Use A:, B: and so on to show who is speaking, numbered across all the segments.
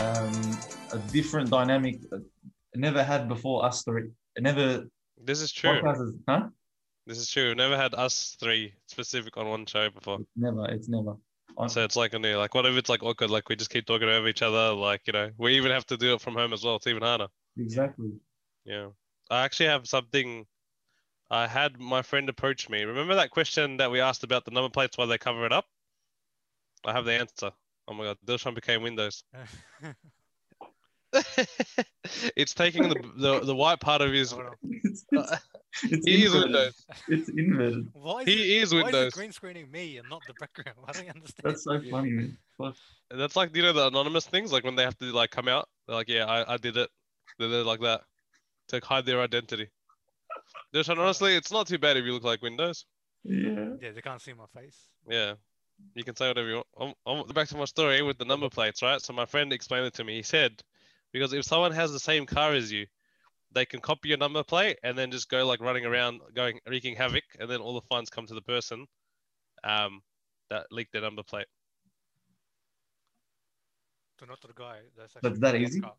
A: um, different dynamic uh, never had before us three. Never
B: This is true.
A: podcast is- huh?
B: This is true. We've never had us three specific on one show before.
A: It's never. It's never. On-
B: Oh. So it's like a new, like, what if it's like awkward? Like, we just keep talking over each other. Like, you know, we even have to do it from home as well. It's even harder.
A: Exactly.
B: Yeah. I actually have something. I had my friend approach me. Remember that question that we asked about the number plates, why they cover it up? I have the answer. Oh my God. Dilshan became Windows. it's taking the, the the white part of his.
C: Hold on.
A: It's, it's, it's
B: He Uh, is
A: inverted.
B: Windows.
A: It's inverted.
C: Why is
B: He
C: it,
B: is
C: Why is
B: Windows.
C: it green screening me and not the background? I don't understand.
A: That's so
B: Yeah.
A: funny, man. Fuck.
B: That's like you know the anonymous things, like when they have to like come out, they're like, yeah, I, I did it. They're, they're like that to hide their identity. Just and honestly, it's not too bad if you look like Windows.
A: Yeah.
C: Yeah, they can't see my face.
B: Yeah, you can say whatever you want. I'm, I'm back to my story with the number plates, right? So my friend explained it to me. He said, because if someone has the same car as you, they can copy your number plate and then just go like running around, going wreaking havoc, and then all the funds come to the person, um, that leaked their number plate.
C: So not to the guy. That's
A: But
C: actually
A: that
C: got
A: easy?
C: car.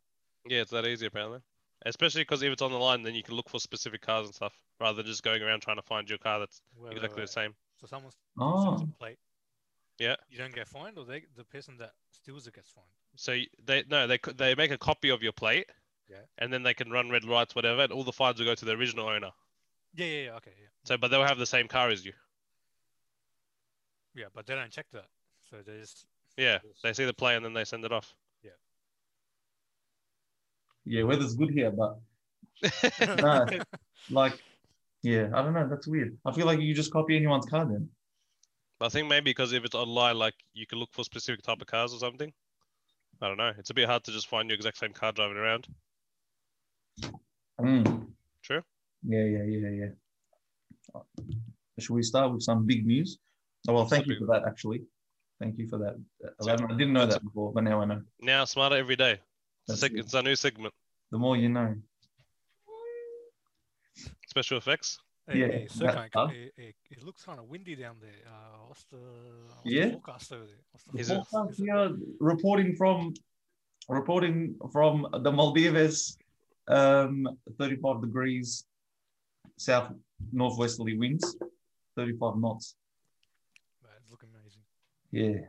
B: Yeah, it's that easy apparently. Especially because if it's on the line, then you can look for specific cars and stuff rather than just going around trying to find your car that's
C: Wait, wait,
B: exactly
C: wait.
B: the same.
C: So someone steals
A: Oh.
C: a plate.
B: Yeah.
C: You don't get fined, or they, the person that steals it gets fined.
B: So y- they no, they c- they make a copy of your plate,
C: Yeah.
B: and then they can run red lights, whatever, and all the fines will go to the original owner.
C: Yeah, yeah, yeah. Okay, yeah.
B: So, but they'll have the same car as you.
C: Yeah, but they don't check that. So they just
B: Yeah,
C: Yes.
B: they see the plate and then they send it off.
A: Yeah. Weather's good here, but No. like, yeah. I don't know. That's weird. I feel like you just copy anyone's car then.
B: But I think maybe because if it's online, like you can look for specific type of cars or something. I don't know. It's a bit hard to just find your exact same car driving around.
A: Mm.
B: True.
A: Yeah, yeah, yeah, yeah. Should we start with some big news? Oh, well,
B: What's the
A: thank you
B: big
A: for that, actually. Thank you for that. uh,
B: So-
A: Aladdin. I didn't know
B: that's-
A: that before, but now I know.
B: Now smarter every day.
A: That's
B: It's, a seg-
A: it.
B: it's our new segment.
A: The more you know.
B: Special effects.
C: Hey,
A: Yeah,
C: hey, so
A: that
C: kind
A: stuff.
C: it, it, it looks kind of windy down there. Uh, what's the, what's
A: Yeah.
C: the forecast over there? What's the
B: Is it-
A: Forecast
C: Is it-
A: here, reporting from reporting from the Maldives, um, 35 degrees south northwesterly winds, 35 knots.
C: Man, it's looking amazing.
A: Yeah.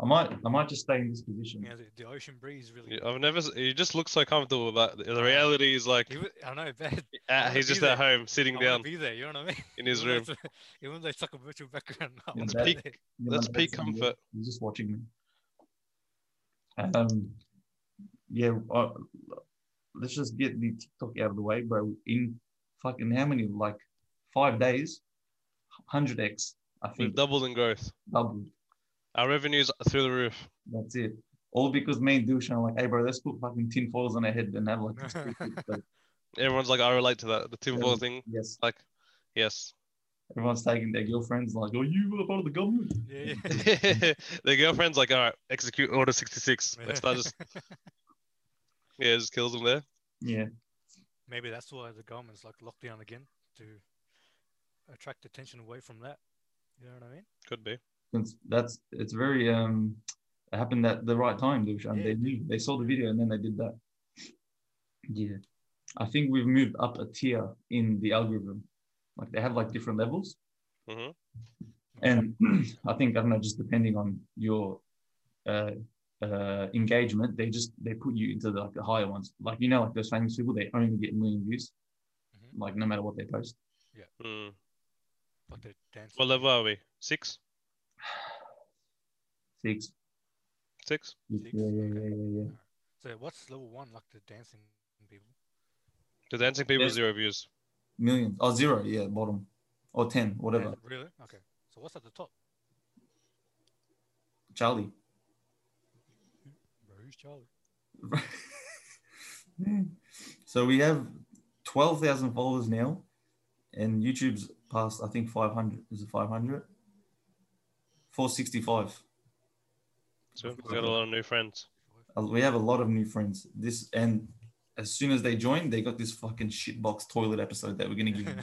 A: I might I might just stay in this position.
C: Yeah, the, the ocean breeze really.
B: Yeah, I've never. s- He just looks so comfortable, but the the reality is like
C: He was, I know, bad.
B: uh,
C: wanna
B: he's
C: be
B: just at home,
C: I
B: sitting
C: want to
B: down
C: Oh, be there. You know what I mean?
B: in his
C: Even though
B: room.
C: it's a- Even though it's like a virtual background, I
A: Yeah,
C: wanna
A: that-
C: be there.
A: Yeah,
B: That's
A: my
B: peak
A: dad's in there.
B: comfort.
A: He's just watching me. Um, yeah, uh, let's just get the TikTok out of the way, bro. In fucking how many, like five days, 100x, I
B: We've
A: think,
B: doubled in growth.
A: doubled.
B: Our revenues are through the roof.
A: That's it. All because me and Dushan are like, hey, bro, let's put fucking tin foils on our head and have like, this stupid- like,
B: Everyone's like, I relate to that. The Tim Four thing.
A: yes,
B: Like, yes.
A: everyone's taking their girlfriends, like, oh, you are part of the government.
C: Yeah, yeah.
B: the girlfriend's like, all right, execute Order 66. They start just, yeah, just kills him there.
A: Yeah,
C: Maybe that's why the government's like locked down again to attract attention away from that. You know what I mean?
B: Could be.
A: It's- that's it's very, um, it happened at the right time, Dushan.
C: Yeah,
A: they
C: it
A: knew, they saw the video and then they did that. Yeah, I think we've moved up a tier in the algorithm. Like, they have like different levels.
B: hmm
A: and I think I don't know, just depending on your uh, uh, engagement, they just they put you into the, like the higher ones. Like you know, like those famous people, they only get a million views,
C: Mhm.
A: like no matter what they post.
B: Mm.
C: Like the dance.
B: What level are we? Six?
A: Six.
B: Six?
A: Yeah,
C: Six?
A: yeah, yeah,
C: Okay.
A: yeah, yeah.
C: Alright. So what's level one like the dancing people?
B: The dancing people,
A: Yes.
B: zero views.
A: Million. Oh, zero. Yeah, bottom, or ten, whatever.
C: Yeah, Really? Okay. So what's at the top?
A: Charlie.
C: Bro, who's Charlie?
A: so we have twelve thousand followers now, and YouTube's past I think five hundred. Is it five hundred? Four sixty-five.
B: So we've got a lot of new friends.
A: Uh, we have a lot of new friends. This and as soon as they joined, they got this fucking shitbox toilet episode that we're gonna give them.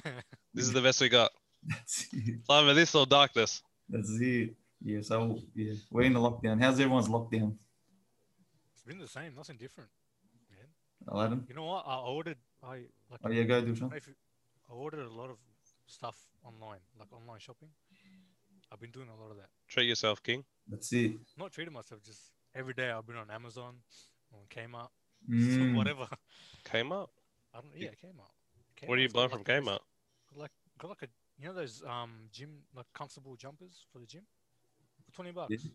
B: This is the best we got.
A: That's it.
B: It's either this or darkness.
A: That's it. Yeah, so yeah, we're in a lockdown. How's everyone's lockdown?
C: it's been the same, nothing different.
A: Aladdin.
C: You know what? I ordered. I like.
A: Oh yeah, go do
C: I don't
A: Sean.
C: know if you- I ordered a lot of stuff online, like online shopping. I've been doing a lot of that.
B: Treat yourself, King.
A: That's it.
C: Not treating myself, just every day I've been on Amazon, on Kmart,
A: Mm.
C: whatever.
B: Kmart.
C: I don't. Yeah, Kmart.
B: What are you
C: Kmart's got
B: buying
C: like
B: from
C: those-
B: Kmart?
C: Like, got like a you know those um gym like comfortable jumpers for the gym for twenty bucks.
A: Yeah.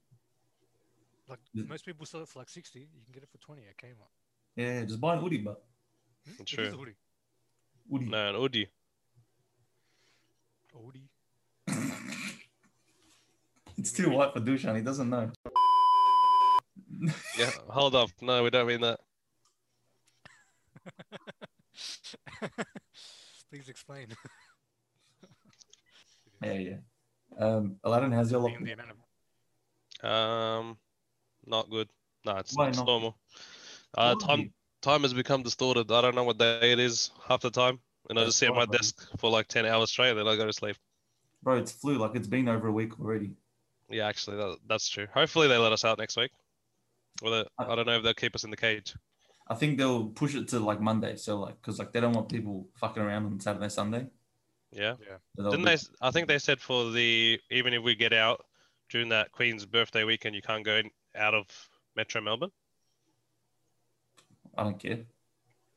C: Like
A: Yeah.
C: most people sell it for like sixty. You can get it for twenty at Kmart.
A: Yeah, just buy an hoodie, but
C: Hmm? It is
B: True.
C: a hoodie.
A: hoodie.
B: No, an hoodie.
C: A hoodie.
A: It's too white for Dushan. He doesn't know.
B: Yeah, hold up. No, we don't mean that.
C: Please explain.
A: Yeah, yeah. Um, Aladdin, how's your lock?
C: Being the amount of-
B: Um, not good. No, it's,
A: Why
B: it's
A: not?
B: normal. Uh,
A: Why?
B: time time has become distorted. I don't know what day it is half the time, and I
A: That's
B: just sit at my
A: fine, man.
B: desk for like ten hours straight, and then I go to sleep.
A: Bro, it's flu. Like it's been over a week already.
B: Yeah, actually, that, that's true. Hopefully, they let us out next week. Well,
A: Uh,
B: I don't know if they'll keep us in the cage.
A: I think they'll push it to like Monday. So like, cause like they don't want people fucking around on Saturday, Sunday.
B: Yeah.
A: So they'll
B: Didn't
A: do-
B: they? s- I think they said for the even if we get out during that Queen's birthday weekend, you can't go in, out of Metro Melbourne.
A: I don't care.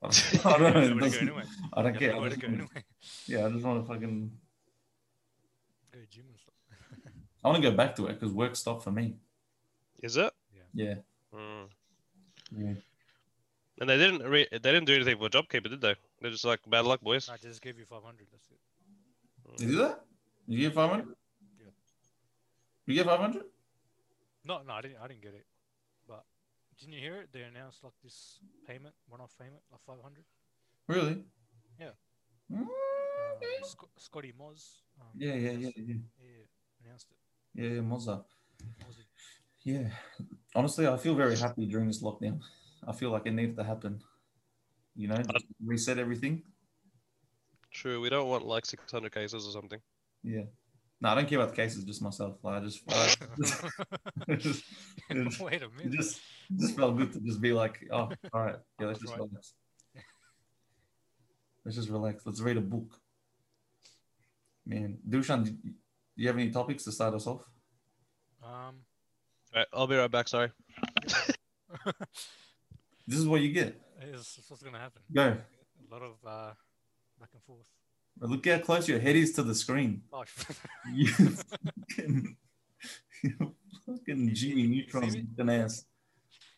A: I don't, I don't, know. It
C: You got nowhere to go
A: doesn't-
C: anyway.
A: I don't
C: You got
A: care. I
C: nowhere to
A: just
C: go
A: wanna-
C: anyway.
A: yeah, I just want to fucking.
C: Go to gym and stuff.
A: I want to go back to it because work stopped for me.
B: Is it?
A: Yeah.
B: Mm.
A: yeah.
B: And they didn't. Re- they didn't do anything for JobKeeper, did they? They're just like bad luck, boys.
C: No, I just give you five hundred. That's it.
A: You do that? You get five hundred?
C: Yeah.
A: You get five hundred?
C: No, no, I didn't. I didn't get it. But didn't you hear it? They announced like this payment, one-off payment of five hundred.
A: Really?
C: Yeah.
A: Mm,
C: Um,
A: okay.
C: Sc- Scotty Moz. Um,
A: Yeah, yeah, yeah, yeah,
C: announced- yeah, announced it.
A: yeah, yeah, Mozza.
C: Mozzie.
A: Yeah. Honestly, I feel very happy during this lockdown. I feel like it needed to happen. You know, just reset everything.
B: True. We don't want like 600 cases or something.
A: Yeah. No, I don't care about the cases. Just myself. Like, I just, I just, just, just,
C: Wait a minute.
A: just, just felt good to just be like, oh, all right, yeah, let's
C: That's
A: just
C: right.
A: relax. Let's just relax. Let's read a book. Man, Dushan, do do you have any topics to start us off?
C: Um,
B: All right. I'll be right back. Sorry.
A: This is what you get.
C: it's, it's what's gonna happen.
A: Go.
C: A lot of uh, back and forth. Oh,
A: Look how close your head is to the screen.
C: Gosh.
A: You fucking, you fucking
C: You
A: Jimmy
C: see- you see
A: Neutron's
C: me?
A: fucking ass.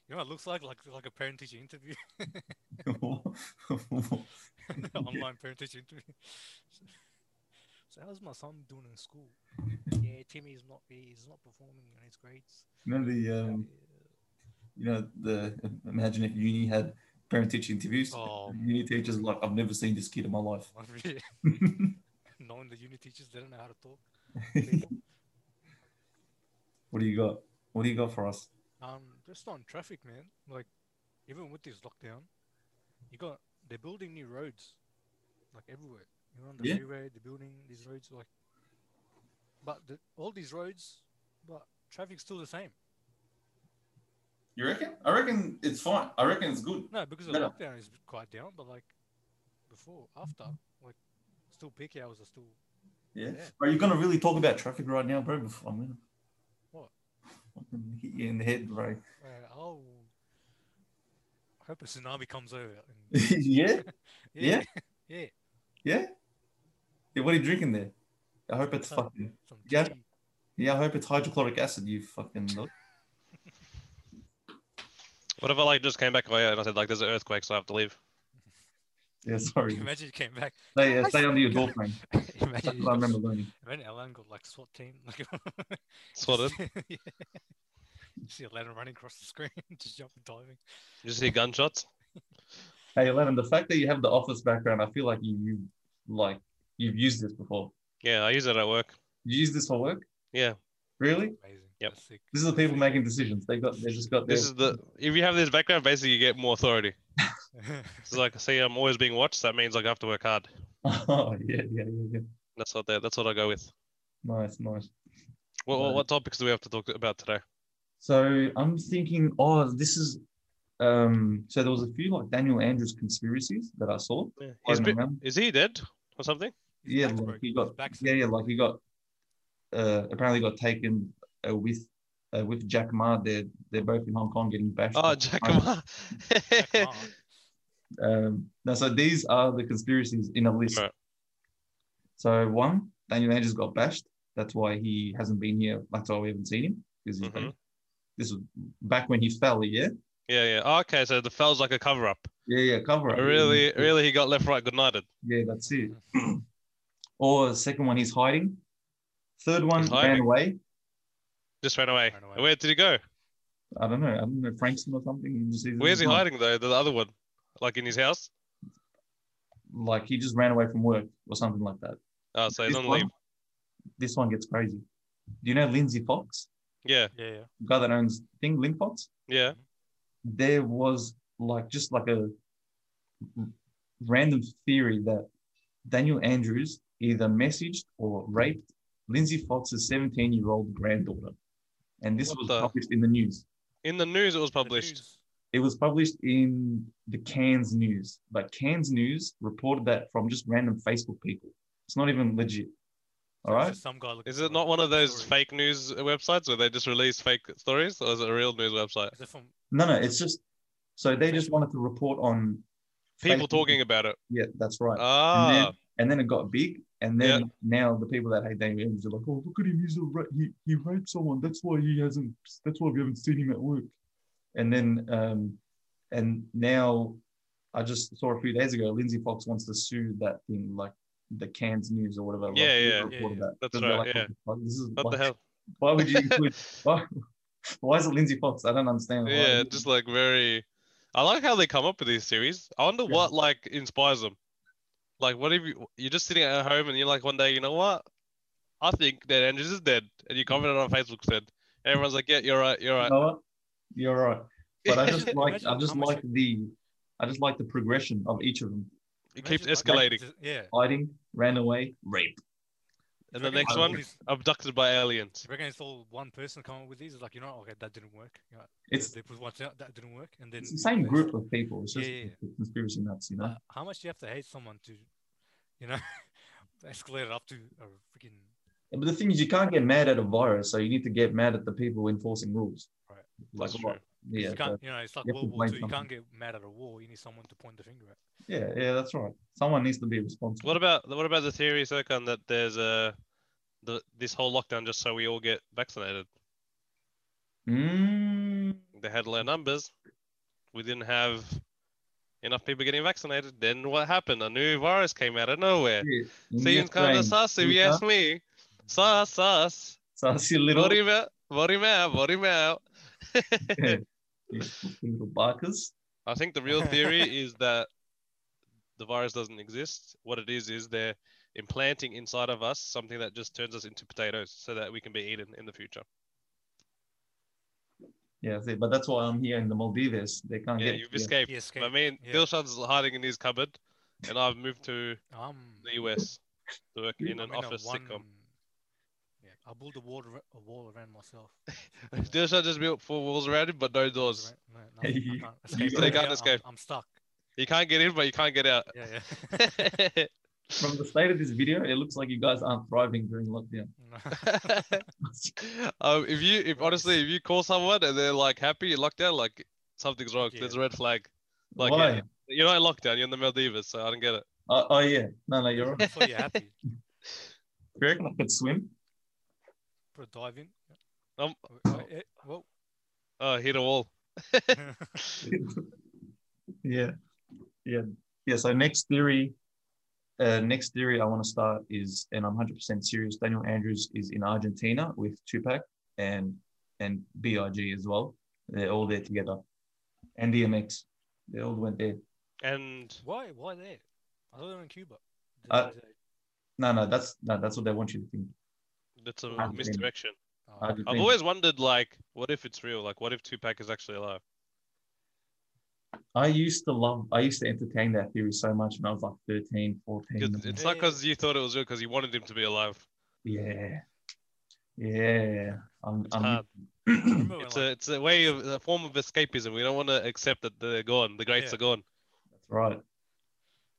C: You know what it looks like? Like like a parent teacher interview, online parent teacher interview. So how's my son doing in school? yeah, Timmy's not he's not performing on his grades.
A: Remember the, um, you know, the imagine if uni had parent teacher interviews.
C: Oh,
A: Uni teachers are like, I've never seen this kid in my life.
C: my- knowing the uni teachers they don't know how to talk. to people.
A: What do you got? What do you got for us?
C: um, just on traffic, man. Like even with this lockdown, you got they're building new roads, like everywhere. You're on the
A: Yeah.
C: freeway, they're building these roads, like. But the, all these roads, but traffic's still the same.
A: You reckon? I reckon it's fine. I reckon it's good.
C: No, because the
A: Better.
C: lockdown is quite down, but like before, after, like still peak hours are still.
A: Yeah.
C: Yeah.
A: Are you gonna really talk about traffic right now, bro? Before I'm gonna
C: What?
A: fucking hit you in the head, bro.
C: Uh, I'll I hope a tsunami comes over. And,
A: yeah? Yeah?
C: yeah,
A: Yeah? Yeah, what are you drinking there? I hope it's
C: Huh.
A: fucking
C: some
A: Yeah.
C: tea.
A: Yeah, I hope it's hydrochloric acid, you fucking look.
B: What if I like just came back away and I said like there's an earthquake, so I have to leave?
A: Yeah, sorry.
C: Imagine you came back.
A: Stay, yeah, stay under your door frame. That's
C: Imagine, you
A: what I
C: got-
A: remember learning.
C: imagine Alan got like SWAT team. Like,
B: Sorted.
C: yeah. You See Alan running across the screen, just jumping, diving.
B: You see gunshots?
A: Hey Eleven, the fact that you have the office background, I feel like you, you like you've used this before.
B: Yeah, I use it at work.
A: You use this for work?
B: Yeah,
A: Really?
C: Amazing.
B: Yep.
C: That's sick.
A: This is the people making decisions. They got they just got
B: this
A: their-
B: is the if you have this background, basically you get more authority. It's like see, I'm always being watched. That means like I have to work hard.
A: Oh yeah, yeah, yeah, yeah.
B: That's what that, that's what I go with.
A: Nice, nice.
B: What, what
A: Right.
B: what topics do we have to talk about today?
A: So I'm thinking, oh, this is um, so there was a few like Daniel Andrews conspiracies that I saw.
B: Yeah.
A: I
B: He's
A: don't
B: been-
A: know.
B: is he dead or something?
A: Yeah,
C: back's
A: like
C: broken.
A: he
C: His
A: got
C: back's-
A: yeah, yeah, like he got uh, apparently got taken uh, with uh, with Jack Ma. They're they're both in Hong Kong getting bashed.
B: Oh,
A: by-
B: Jack Ma.
C: Jack Ma.
A: Um, no, so these are the conspiracies in a list.
B: Right.
A: So one, Daniel Andrews got bashed. That's why he hasn't been here. That's why we haven't seen him. Because he's
B: Mhm.
A: this was back when he fell. Yeah,
B: yeah, yeah. Oh, okay, so the fell's like a cover up.
A: yeah, yeah. Cover up.
B: Really, really, he got left, right, good nighted.
A: Yeah, that's it. or second one, he's hiding. Third one
B: He's
A: ran
B: hiding.
A: away.
B: Just ran away.
C: Ran away.
B: Where did he go?
A: I don't know. I don't know Frankston or something. You just-
B: Where's he hiding though? The other one, like in his house.
A: Like he just ran away from work or something like that.
B: Oh, so he's
A: This
B: on
A: one-
B: leave.
A: This one gets crazy. Do you know Lindsay Fox,
B: Yeah,
C: Yeah, yeah.
A: the guy that owns Thing Link Fox?
B: yeah.
A: there was like just like a random theory that Daniel Andrews either messaged or raped Lindsay Fox's 17 year old granddaughter. And this
B: What
A: was
B: the-
A: published in the news.
B: In the news, it was
C: The
B: published.
C: news.
A: It was published in the Cairns News, but Cairns News reported that from just random Facebook people. It's not even legit. All
C: So it's
A: right.
C: just Some guy looking
B: Is
C: for
B: it
C: a
B: not one of those
C: story.
B: fake news websites where they just release fake stories, or is it a real news website?
C: Is it from-
A: No, no, it's just so they just wanted to report on
B: People
A: Facebook.
B: talking about it.
A: Yeah, that's right.
B: Ah,
A: and then it got big. And then now the people that hate Damian Evans are like, oh, look at him. He's a ra- he, he raped someone. That's why he hasn't, that's why we haven't seen him at work. And then, um, and now I just saw a few days ago, Lindsay Fox wants to sue that thing, like the Cairns News or whatever. like,
B: Yeah,
A: people
B: yeah.
A: reported
C: Yeah,
A: that.
B: that's
A: 'Cause they're
B: right,
A: like,
B: yeah.
A: "What the fuck? This is,
B: what the
A: like,
B: hell?
A: Why would you include, why, why is it Lindsay Fox? I don't understand. why.
B: yeah, just like very. I like how they come up with these series. I wonder
A: Yeah.
B: what like inspires them. Like, what if you you're just sitting at home and you're like, one day, you know what? I think that Andrews is dead, and you comment it on Facebook said. Everyone's like, yeah, you're right, you're
A: You
B: right.
A: know what? You're right. But I just like, I
C: Imagine
A: just
C: how much-
A: like the, I just like the progression of each of them.
B: It keeps
C: Imagine how much-
B: escalating.
C: Yeah.
A: hiding, ran away, rape.
B: And the
C: Reckon
B: next
C: it's-
B: one,
C: it's-
B: abducted by aliens.
C: reckon it's all one person coming up with these. It's like, you know, okay, that didn't work. You know,
A: It's
C: they put one out that didn't work, and then
A: it's the same group of people. It's just
C: Yeah, yeah,
A: conspiracy nuts, you know.
C: Uh, how much do you have to hate someone to, you know, escalate it up to a freaking
A: But the thing is, you can't get mad at a virus, so you need to get mad at the people enforcing rules.
C: Right.
A: Like,
B: That's
A: what? yeah,
C: you
A: so-
C: can't, you know, it's like
A: you have to
C: World War
A: blame
C: Two. You can't get mad at a war. You need someone to point the finger at.
A: yeah, yeah, that's right. Someone needs to be responsible.
B: What about what about the theory, Serkan, that there's a the, this whole lockdown just so we all get vaccinated?
A: Mm,
B: They had low numbers. We didn't have enough people getting vaccinated. Then what happened? A new virus came out of nowhere.
A: shit.
B: Seems kind of sus if you ask me. Sus, sus.
A: So I see a little,
B: Vote him out. Vote him out. Vote him out.
A: you fucking little barkers.
B: I think the real theory is that the virus doesn't exist. What it is is they're implanting inside of us something that just turns us into potatoes so that we can be eaten in the future.
A: Yeah, that's it. but that's why I'm here in the Maldives. They can't
B: yeah,
A: get
B: you've escaped.
C: He
B: I
C: escaped.
B: mean,
C: yeah.
B: Dilshan's hiding in his cupboard, and I've moved to
C: Um,
B: the US to work in
C: I'm
B: an
C: in a
B: office
C: one-
B: sitcom.
C: Yeah, I built a wall, ar- a wall around myself.
B: Dilshan just built four walls around him, but no doors.
C: Around- no, no, I
A: You-
C: can't escape.
A: gotta-
C: I'm-
B: can't
C: I'm-
B: escape.
C: I'm stuck.
B: You can't get in, but you can't get out.
C: Yeah, yeah.
A: from the state of this video, it looks like you guys aren't thriving during lockdown.
B: um, if you, if honestly, if you call someone and they're like happy in lockdown, like something's wrong.
C: Yeah.
B: There's a red flag. Like
A: Why?
B: yeah, you're not in lockdown. You're in the Maldives, so I don't get it.
A: Oh, oh, yeah, no, no, you're right.
C: That's why you're happy.
A: You reckon I could swim?
C: Put a dive in.
B: Um,
C: Oh, oh, eh, Well,
B: Oh, hit a wall.
A: yeah, yeah, yeah. So next theory, uh, next theory I want to start is, and I'm 100% serious. Daniel Andrews is in Argentina with Tupac and and Big as well. They're all there together, and DMX. They all went there.
B: And
C: why? Why there? I thought they were in Cuba. Did
A: Uh,
C: they-
A: No, no, that's no, that's what they want you to think.
B: that's a
A: Argentina.
B: misdirection.
C: oh,
A: Argentina.
B: I've always wondered, like, what if it's real? Like, what if Tupac is actually alive?
A: I used to love, I used to entertain that theory so much when I was like 13, 14.
B: 'Cause it's not because you thought it was real, because you wanted him to be alive.
A: yeah, yeah. I'm,
B: It's
A: I'm,
B: hard.
C: I remember when,
B: It's
C: like,
B: a it's a way of a form of escapism. We don't want to accept that they're gone. The greats
C: Yeah.
B: are gone.
A: That's right.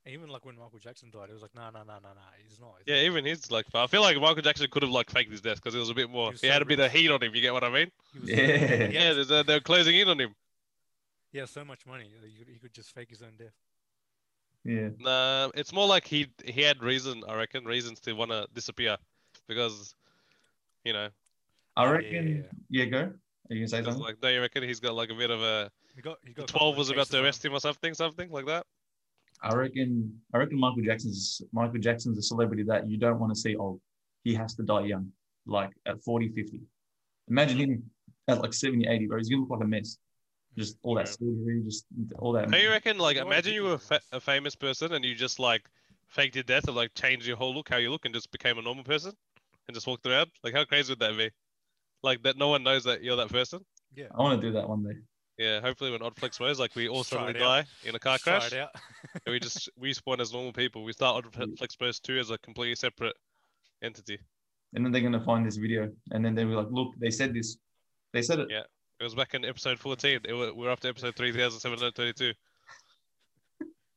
C: even like when Michael Jackson died, it was like, no, no, no, no, no, he's not. he's
B: Yeah,
C: not."
B: even he's like. I feel like Michael Jackson could have like faked his death because it was a bit more.
C: was
B: He
C: so
B: had a bit
C: rich.
B: of heat on him. You get what I mean?
C: He was
A: Yeah.
C: So,
B: Yeah,
C: yeah,
B: there's a- they're closing in on him.
C: yeah, so much money. uh, He could, he could just fake his own death.
A: Yeah.
B: Nah, it's more like he he had reason. I reckon reasons to want to disappear, because, you know,
A: I
C: Yeah,
A: reckon. Yeah, go. Are you gonna say
B: it's
A: something?
B: like do you reckon he's got like a bit of a
C: He got, he got a couple
B: twelve
C: of
B: was about
C: cases
B: to
C: on
B: arrest him or something, something like that.
A: I reckon. I reckon Michael Jackson's Michael Jackson's a celebrity that you don't want to see old. He has to die young, like at 40, 50. Imagine him at like 70, 80, bro. He's gonna look like a mess. Just all that
B: Yeah.
A: surgery, just all that.
B: Do you reckon like
C: You know what I
B: imagine
C: think
B: you
C: is
B: were a, fa- a
C: nice?
B: famous person and you just like faked your death or like changed your whole look, how you look, and just became a normal person and just walked around? Like how crazy would that be? Like that no one knows that you're that person.
C: Yeah.
A: I want to do that one day.
B: Yeah, hopefully when Oddflex wears, like we all
C: Just try
B: suddenly
C: it out.
B: die in a car
C: Just try
B: crash,
C: it
B: and
C: out.
B: we just respawn as normal people. We start Oddflex Burst 2 as a completely separate entity.
A: And then they're gonna find this video, and then they'll be like, "Look, they said this. They said it."
B: Yeah. It was back in episode 14. It, wa- we're up to episode 3732.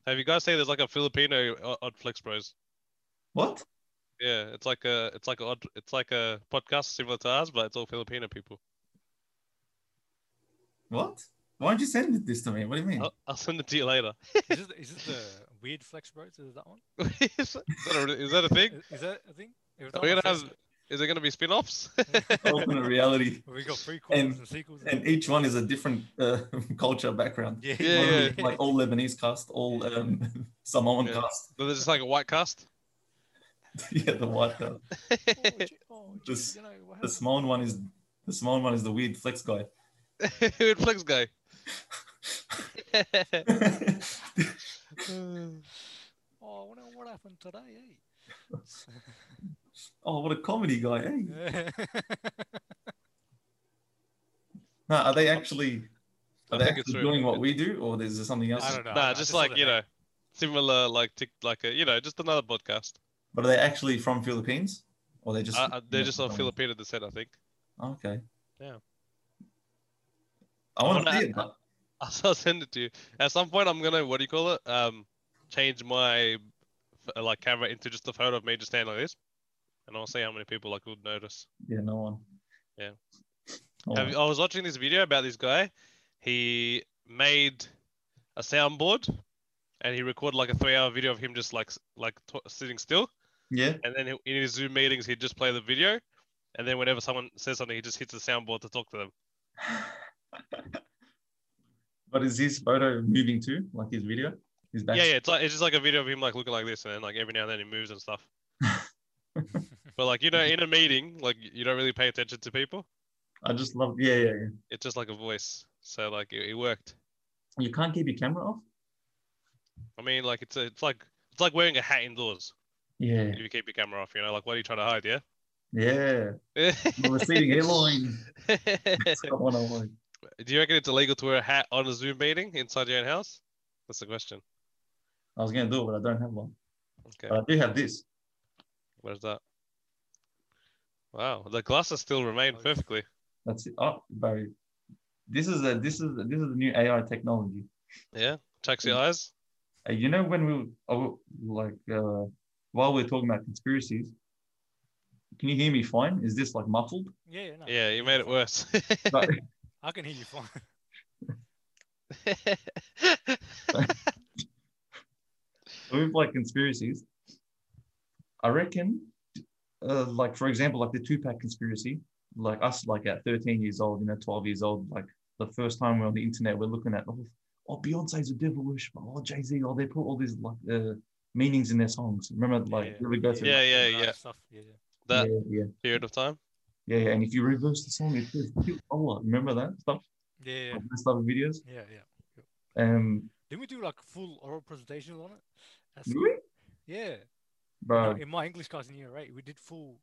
B: Have you guys seen there's like a Filipino O- Oddflex Bros?
A: What?
B: Yeah, it's like a it's like a odd- it's like a podcast similar to ours, but it's all Filipino people.
A: What? Why don't you send this to me? What do you mean?
B: I'll, I'll send it to you later.
C: is, this, the- is this the weird flex bros? Is it that one?
B: is, that a, is that a thing?
C: Is, is that a thing? If
B: Are
C: that
B: we
C: one
B: gonna
C: says
B: have? Is there gonna be spin-offs?
A: Alternate reality.
C: it, we got prequels and,
A: and-
C: and sequels.
A: and each one is a different uh, culture background.
C: yeah,
B: Yeah,
A: One
B: yeah.
A: is Like all Lebanese cast, all um, Samoan
B: Yeah.
A: cast.
B: But there's just like a white cast.
A: yeah, the white, uh,
C: Oh, gee- oh, gee,
A: s-
C: you know, what
A: the
C: happened?
A: Samoan one is the Samoan one is the weird flex guy.
B: Weird flex guy.
C: oh, I wonder what happened today. eh?
A: oh, what a comedy guy! Hey,
C: Eh?
A: no, are they actually? Are
B: I
A: they
B: think it's
A: actually
B: real.
A: doing what we do, or is there something else?
C: I don't know.
B: nah,
C: I
B: just
C: saw
B: like
C: the
B: you
C: name.
B: know, similar like tick like a you know just another podcast.
A: But are they actually from Philippines, or they just?
B: Uh, uh, they're just of Filipino descent, I think.
A: Okay.
B: Yeah.
A: I want to
B: wanna-
A: see it. but-
B: I'll I'll send it to you. At some point, I'm gonna what do you call it? Um, change my f- like camera into just a photo of me just standing like this, and I'll see how many people like would notice.
A: Yeah, no one. Oh,
B: Yeah.
A: No
B: Have
A: one.
B: you- I was watching this video about this guy. He made a soundboard, and he recorded like a three-hour video of him just like s- like t- sitting still.
A: yeah.
B: And then he- in his Zoom meetings, he'd just play the video, and then whenever someone says something, he just hits the soundboard to talk to them.
A: But is his photo moving too, like his video? His back.
B: Yeah, yeah, it's like it's just like a video of him like looking like this, and then like every now and then he moves and stuff. but like you know, in a meeting, like you don't really pay attention to people.
A: I just love. Yeah, yeah, yeah.
B: It's just like a voice. So like it, it worked.
A: You can't keep your camera off.
B: I mean, like it's a, it's like it's like wearing a hat indoors
A: Yeah,
B: if you keep your camera off. You know, like what are you trying to hide? Yeah.
A: yeah. The receding hairline. That's
B: Do
A: not what I want.
B: you reckon it's illegal to wear a hat on a Zoom meeting inside your own house? That's the question.
A: I was gonna do it, but I don't have one.
B: Okay,
A: But I do have this.
B: where's that? Wow, the glasses still remain
C: Nice.
B: perfectly.
A: That's it. Oh, Barry. This is a this is a, this is the new AI technology.
B: Yeah, checks
C: Mm.
B: your eyes.
A: Uh, you know when we oh, like uh, while we are talking about conspiracies, can you hear me fine? Is this like muffled?
C: yeah, yeah, no,
B: Yeah, you made it worse.
A: But-
C: I can hear you fine.
A: with like conspiracies, I reckon, uh, like for example, like the Tupac conspiracy, like us, like at 13 years old, you know, 12 years old, like the first time we're on the internet, we're looking at oh, oh Beyonce's a devil worshiper, oh Jay Z, oh they put all these like uh, meanings in their songs. Remember, like
C: Yeah.
A: yeah, we go through.
B: Yeah, yeah,
C: Dark
B: yeah.
C: Stuff. yeah, yeah.
B: That
A: yeah, yeah,
B: period of time.
A: yeah, yeah. And if you reverse the song, it says kill Allah. Remember that stuff?
C: Yeah, yeah,
A: Like those type of videos.
C: yeah, yeah.
A: Um,
C: Didn't we do like full oral presentations on it? That's-
A: really?
C: Yeah. No,
A: bro.
C: in my English class in year eight, we did full.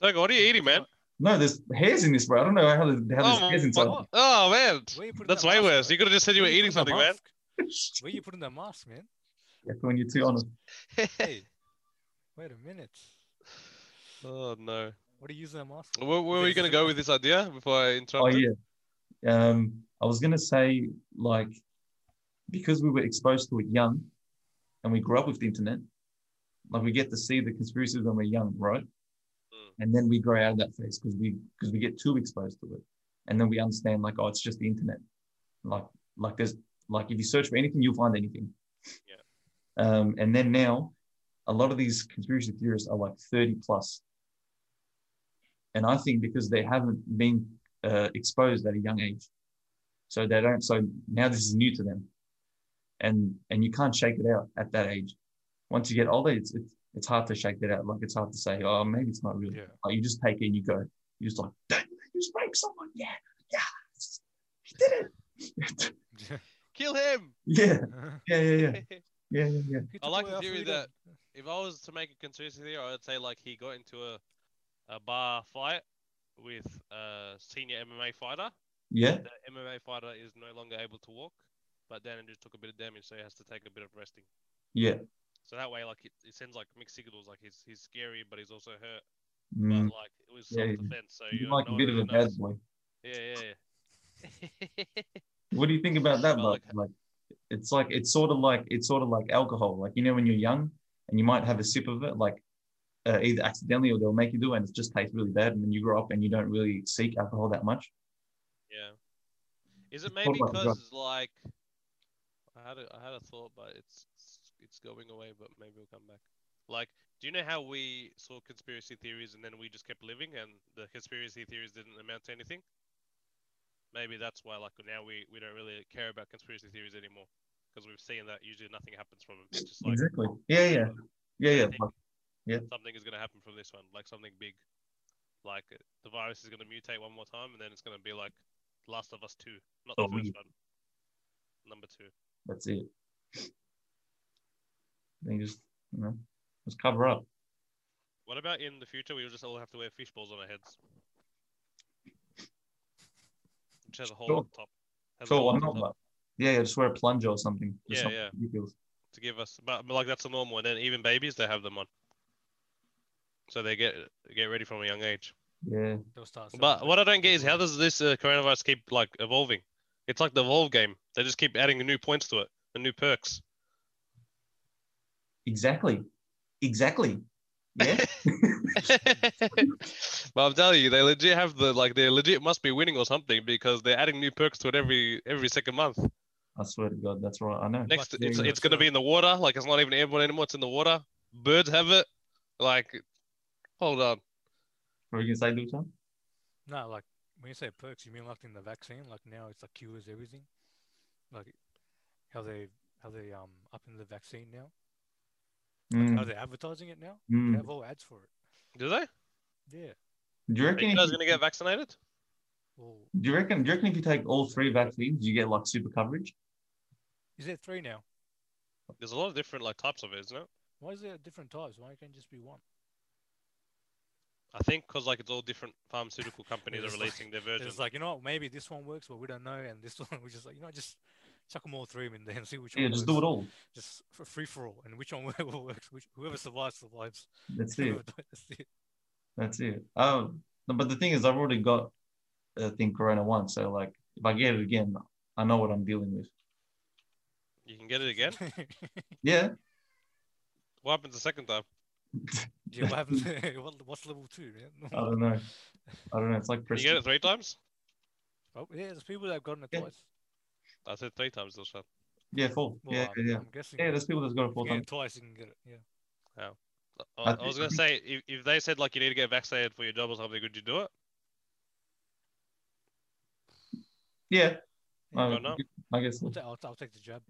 B: Doug, what are you eating, man?
A: No, there's hairs in this, bro. I don't know how the how there's
B: Oh,
A: hairs
B: my-
A: inside.
C: what?
B: Oh man,
C: Where you putting
B: that's
C: that
B: way
C: mask,
B: worse.
C: bro?
B: You could have just said you were
C: Where
B: eating
C: putting
B: something,
C: that
B: man.
C: mask? Where you putting that mask, man?
A: Like when you're too honest.
C: Hey, wait a minute.
B: oh no.
C: What are you using a mask for?
B: Where, where were you going to go with this idea before I
A: Oh
B: interrupted?
A: yeah. Um, I was gonna say like because we were exposed to it young, and we grew up with the internet, like we get to see the conspiracies when we're young, right?
B: Mm.
A: And then we grow out of that phase because we because we get too exposed to it, and then we understand like oh it's just the internet, like like there's like if you search for anything you'll find anything.
B: Yeah.
A: Um, and then now, a lot of these conspiracy theorists are like thirty plus, and I think because they haven't been uh, exposed at a young age. So they don't. So now this is new to them, and and you can't shake it out at that age. Once you get older, it's it's, it's hard to shake that out. Like it's hard to say, oh, maybe it's not real.
B: Yeah.
A: Like you just take it and you go. You just like, "Damn, you just raped someone. Yeah, yeah, he did it.
B: Kill him!
A: yeah,
C: Who
A: yeah, yeah, yeah, yeah, yeah, yeah.
C: took
B: I like
C: away
B: the
C: our
B: theory
C: freedom?
B: that if I was to make a conspiracy theory, I would say like he got into a, a bar fight with a senior MMA fighter.
A: yeah.
B: The MMA fighter is no longer able to walk, but Dan Andrews took a bit of damage, so he has to take a bit of resting.
A: yeah.
B: So that way, like it, it sends like mixed signals. Like he's he's scary, but he's also hurt.
A: Mm.
B: But like it was
A: Yeah,
B: self
A: yeah.
B: defense, so
A: You
B: you
A: like
B: no
A: a
B: one
A: bit of
B: really
A: a bad
B: knows.
A: boy.
B: Yeah, yeah, yeah.
A: What do you think about that,
B: Well,
A: Mark?
B: okay.
A: Like, it's like it's sort of like it's sort of like alcohol. Like you know, when you're young and you might have a sip of it, like uh, either accidentally or they'll make you do, it and it just tastes really bad. And then you grow up and you don't really seek alcohol that much.
B: Yeah. Is it
A: It's
B: maybe
A: called, like, drug-
B: because like I had a I had a thought, but it's it's, it's going away, but maybe it'll come back. Like, do you know how we saw conspiracy theories and then we just kept living and the conspiracy theories didn't amount to anything? Maybe that's why like now we, we don't really care about conspiracy theories anymore because we've seen that usually nothing happens from them. It's just like
A: exactly. Yeah, yeah, yeah, yeah.
B: think
A: Like, yeah.
B: Something is going to happen from this one, like something big. Like uh, the virus is going to mutate one more time, and then it's going to be like Last of Us Two, not the
A: Oh,
B: first
A: yeah.
B: one. Number two.
A: that's it. They just you know just cover up.
B: What about in the future? We will just all have to wear fishbowls on our heads, which has a hole
A: Sure.
B: on top. Has a
A: Sure,
B: hole
A: why
B: on the
A: not?
B: top
A: Like, yeah, yeah, just wear a plunger or something. Just
B: Yeah,
A: something
B: yeah.
A: ridiculous.
B: to give us, but, but like that's a normal. And then even babies, they have them on, so they get get ready from a young age.
A: yeah.
C: They'll start
B: But
C: selling
B: what I
C: it.
B: don't get is how does this uh, coronavirus keep like evolving? It's like the evolve game. They just keep adding new points to it and new perks.
A: Exactly. Exactly. Yeah.
B: but I'm telling you, they legit have the like they legit must be winning or something because they're adding new perks to it every every second month.
A: I swear to God, that's right. I know.
B: Next,
C: Like,
B: it's
A: yeah,
B: it's gonna be in the water. Like it's not even airborne anymore. It's in the water. Birds have it. Like, hold on.
A: What were you gonna say, Luton?
C: No, like when you say perks, you mean like in the vaccine? Like now it's like cures everything. Like how they how they um up in the vaccine now? How
A: Mm,
C: they're advertising it now? They
A: mm.
C: have all ads for it.
B: Do they?
C: Yeah.
A: Do you
B: Are
A: reckon?
B: you
A: If
B: guys
A: you,
B: gonna get vaccinated?
C: Well,
A: do you reckon? Do you reckon if you take all three vaccines, you get like super coverage?
C: is there three now?
B: There's a lot of different like types of it, isn't it?
C: Why is there different types? Why can't it just be one?
B: I think because like it's all different pharmaceutical companies are
C: It's like-
B: releasing their versions.
C: It's like you know what, maybe this one works, but we don't know, and this one we just like you know just chuck them all three in there and see which
A: Yeah,
C: one
A: just
C: works.
A: do it all.
C: Just for free for all, and which one will works, which whoever survives survives.
A: That's
C: Whoever
A: it.
C: dies, That's it.
A: That's it. Oh, no, but the thing is, I've already got I think Corona once, so like if I get it again, I know what I'm dealing with.
B: You can get it again.
A: Yeah,
B: What happens the second time?
C: yeah, what happens? what, what's level two? Yeah?
A: I don't know. I don't know. It's like
B: You get
A: Preston.
B: it three times?
C: Oh, yeah, there's people that have gotten it
A: Yeah.
C: twice.
B: I said three times this time.
A: Yeah, full.
C: Well,
A: yeah,
C: I'm,
A: yeah, yeah.
C: I'm guessing.
A: Yeah, there's people that's got it
C: if you
A: four
C: get
A: times.
C: it twice, you can get it. Yeah.
A: I
B: I, I was
A: think-
B: gonna say if, if they said like you need to get vaccinated for your job or something, would you do it?
A: Yeah,
C: Yeah,
A: I,
B: why not?
A: I guess.
C: I'll, ta- I'll, ta- I'll take the jab.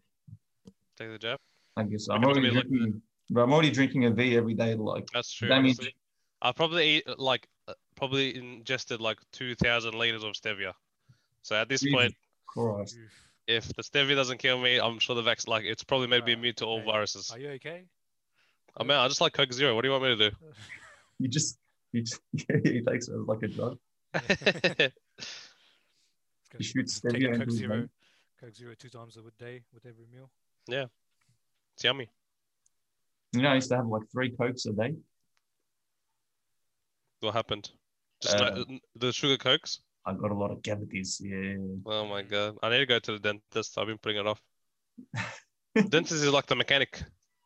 B: Take the jab.
A: I guess.
B: We're
A: I'm
B: gonna
A: already
B: be like the-
A: drinking. but I'm already drinking a V every day. Like
B: That's true.
A: That means-
B: honestly. I probably eat like uh, probably ingested like two thousand liters of stevia. So at this
A: Jesus
B: point,
A: Christ.
C: Oof.
B: if the stevia doesn't kill me, I'm sure the vaccine like it's probably made me
C: Uh,
B: immune to all
C: hey,
B: viruses.
C: Are you okay?
B: I'm out. I just like Coke Zero. What do you want me to do?
A: You just you just he takes it as like a drug.
C: It's gonna
A: You shoot
C: just take
A: stevia
C: Coke
A: into his
C: Zero,
A: vein.
C: Coke Zero two times a day with every meal.
B: it's yummy.
A: You know, I used to have like three cokes a day.
B: What happened? Just
A: Uh,
B: no- the sugar cokes.
A: I got a lot of cavities. Yeah.
B: Oh my god! I need to go to the dentist. I've been putting it off. dentist is like the mechanic.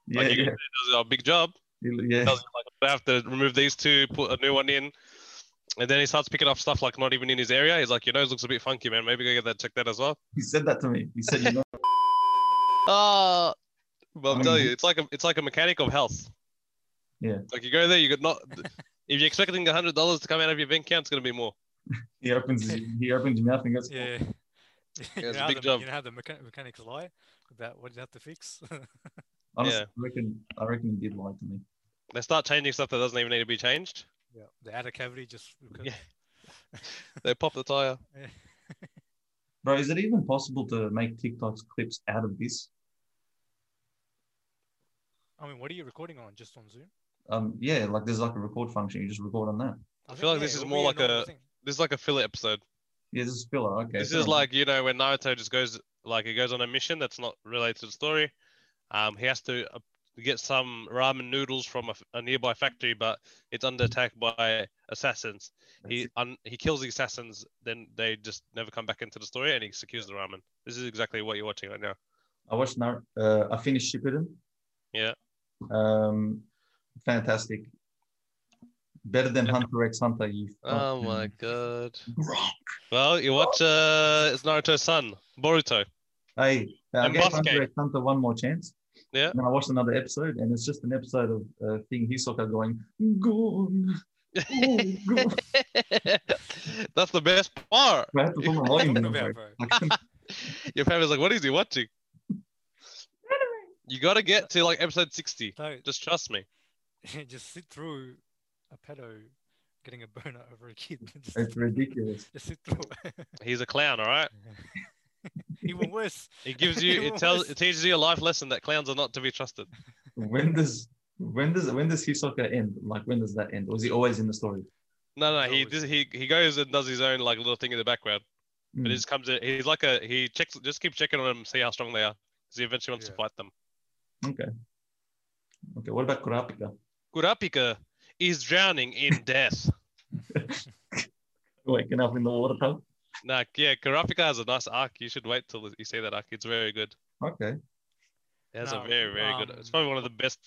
A: Yeah.
B: like you
A: yeah.
B: can does a big job.
A: yeah.
B: Tells you, like, I have to remove these two, put a new one in, and then he starts picking up stuff like not even in his area. He's like, your nose looks a bit funky, man. Maybe go get that checked out as well.
A: He said that to me. He said, you know,
B: Ah, well, I'm
A: I'm-
B: telling you, it's like a, it's like a mechanic of health.
A: Yeah.
B: Like you go there, you could not. if you're expecting hundred dollars to come out of your bank account, it's gonna be more.
A: he opens his, he opens his mouth and goes,
C: Yeah.
B: it's a
C: you, know how
B: big
C: the,
B: job.
C: you know how the mechan- mechanics lie about what you have to fix?
A: honestly,
B: Yeah.
A: I reckon, I reckon he did lie to me.
B: They start changing stuff that doesn't even need to be changed.
C: yeah. The outer cavity just. Because,
B: Yeah. They pop the tire.
C: yeah.
A: Bro, is it even possible to make TikTok's clips out of this?
C: I mean, what are you recording on? Just on Zoom?
A: Um, yeah, like there's like a record function. You just record on that.
B: I
C: think,
B: feel like this
C: it
B: is
C: would be
B: more like
C: normal
B: a-
C: thing.
B: This is like a filler episode.
A: Yeah, this is filler. Okay.
B: This
A: fair
B: is
A: enough.
B: like you know when Naruto just goes like he goes on a mission that's not related to the story. Um, he has to uh, get some ramen noodles from a, f- a nearby factory, but it's under attack by assassins.
A: That's
B: He
A: it.
B: un, he kills the assassins, then they just never come back into the story, and he secures the ramen. This is exactly what you're watching right now.
A: I watched. Nar- uh, I finished Shippuden.
B: Yeah.
A: Um, fantastic. Better than Hunter X Hunter. You.
B: Oh
A: fucking-
B: my god!
A: Bro.
B: Well, you watch uh, it's Naruto's son Boruto.
A: Hey, I
B: And
A: gave
B: Basket.
A: Hunter X Hunter one more chance.
B: Yeah.
A: And I watched another episode, and it's just an episode of uh, Thing Hisoka going, Gone. Oh, God.
B: that's the best part.
A: I have to put my
C: What are you
A: volume
C: talking
A: down.
C: about,
A: bro.
C: bro?
A: I couldn't-
B: Your family's like, what is he watching? You gotta get to like episode sixty.
C: So,
B: Just trust me.
C: just sit through a pedo getting a boner over a kid. just,
A: It's ridiculous.
C: just sit through it.
B: He's a clown, all right.
C: Even worse.
B: It gives you, it tells, it teaches you a life lesson that clowns are not to be trusted.
A: When does when does when does Hisoka end? Like when does that end? Or is he always in the story?
B: No, no,
C: It's
B: he
C: always-
B: just, he he goes and does his own like little thing in the background,
A: Mm.
B: but he just comes. In, he's like a he checks, just keep checking on them, see how strong they are, because he eventually wants to
C: Yeah.
B: fight them.
A: Okay. Okay. What about Kurapika?
B: Kurapika is drowning in death.
A: Waking up in the water tub.
B: nah, yeah, Kurapika has a nice arc. You should wait till you see that arc. It's very good.
A: Okay.
B: It has
C: No,
B: a very very good. It's
C: um,
B: probably one of the best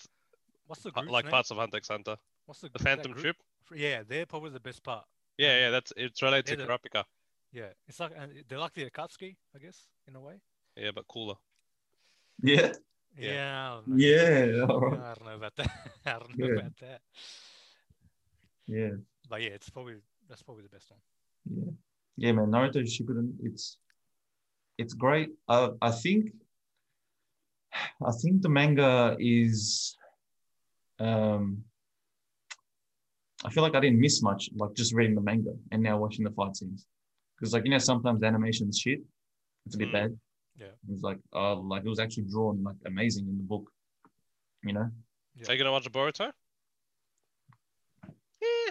C: What's the
B: uh,
C: group's
B: like
C: name?
B: parts of Hunter x Hunter.
C: What's the,
B: The
C: group- that
B: Phantom
C: group?
B: Trip.
C: Yeah, they're probably the best part.
B: Yeah, yeah, that's it's related to
C: They're
B: Kurapika.
C: Yeah, it's like and they're like the Akatsuki, I guess, in a way.
B: Yeah, but cooler.
A: Yeah.
B: Yeah.
C: Yeah. I don't know.
A: Yeah. All
C: Yeah,
A: right.
C: I don't know about that. I don't know
A: Yeah.
C: about that.
A: Yeah.
C: But yeah, it's probably that's probably the best one.
A: Yeah, yeah, man. Naruto Shippuden, it's it's great. I I think I think the manga is. Um, I feel like I didn't miss much, like just reading the manga and now watching the fight scenes, because like you know sometimes the animation's shit. It's a bit
B: Mm.
A: bad.
C: Yeah.
A: It's like oh, like it was actually drawn like amazing in the book, you know.
B: Are you gonna watch Boruto? Yeah.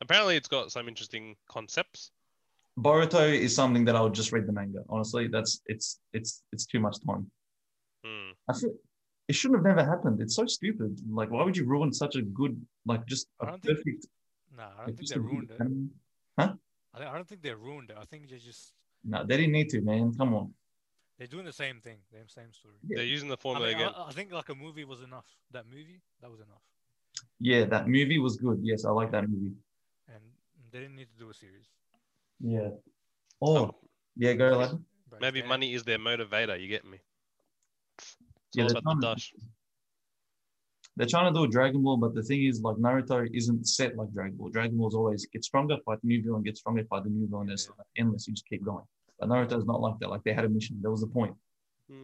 B: Apparently, it's got some interesting concepts.
A: Boruto is something that I would just read the manga. Honestly, that's it's it's it's too much time.
B: Hmm.
A: I feel it shouldn't have never happened. It's so stupid. Like, why would you ruin such a good, like, just a
C: I don't think-
A: perfect?
C: No, I
A: like,
C: don't think
A: just
C: they
A: a good
C: ruined it.
A: anime?
C: I don't- I don't think they ruined it. I think they just
A: No, they didn't need to, man. Come on.
C: they're doing the same thing, the same story.
B: They're using the
C: I,
B: formula
C: mean,
B: again.
C: I, I think like a movie was enough. That movie, that was enough,
A: Yeah, that movie was good. Yes, I like that movie.
C: and they didn't need to do a series.
A: Yeah. Oh, yeah. Go like.
C: Bro,
B: Maybe
C: they-
B: money is their motivator. You get me? It's
A: Yeah,
B: all
A: they're
B: about the
A: trying,
B: dash.
A: they're trying to do a Dragon Ball, but the thing is, like, Naruto isn't set like Dragon Ball. Dragon Ball's always get stronger, fight the new villain, get stronger, fight the new villain. It's like endless. You just keep going. But Naruto's not like that. Like, they had a mission. That was the point.
B: Hmm,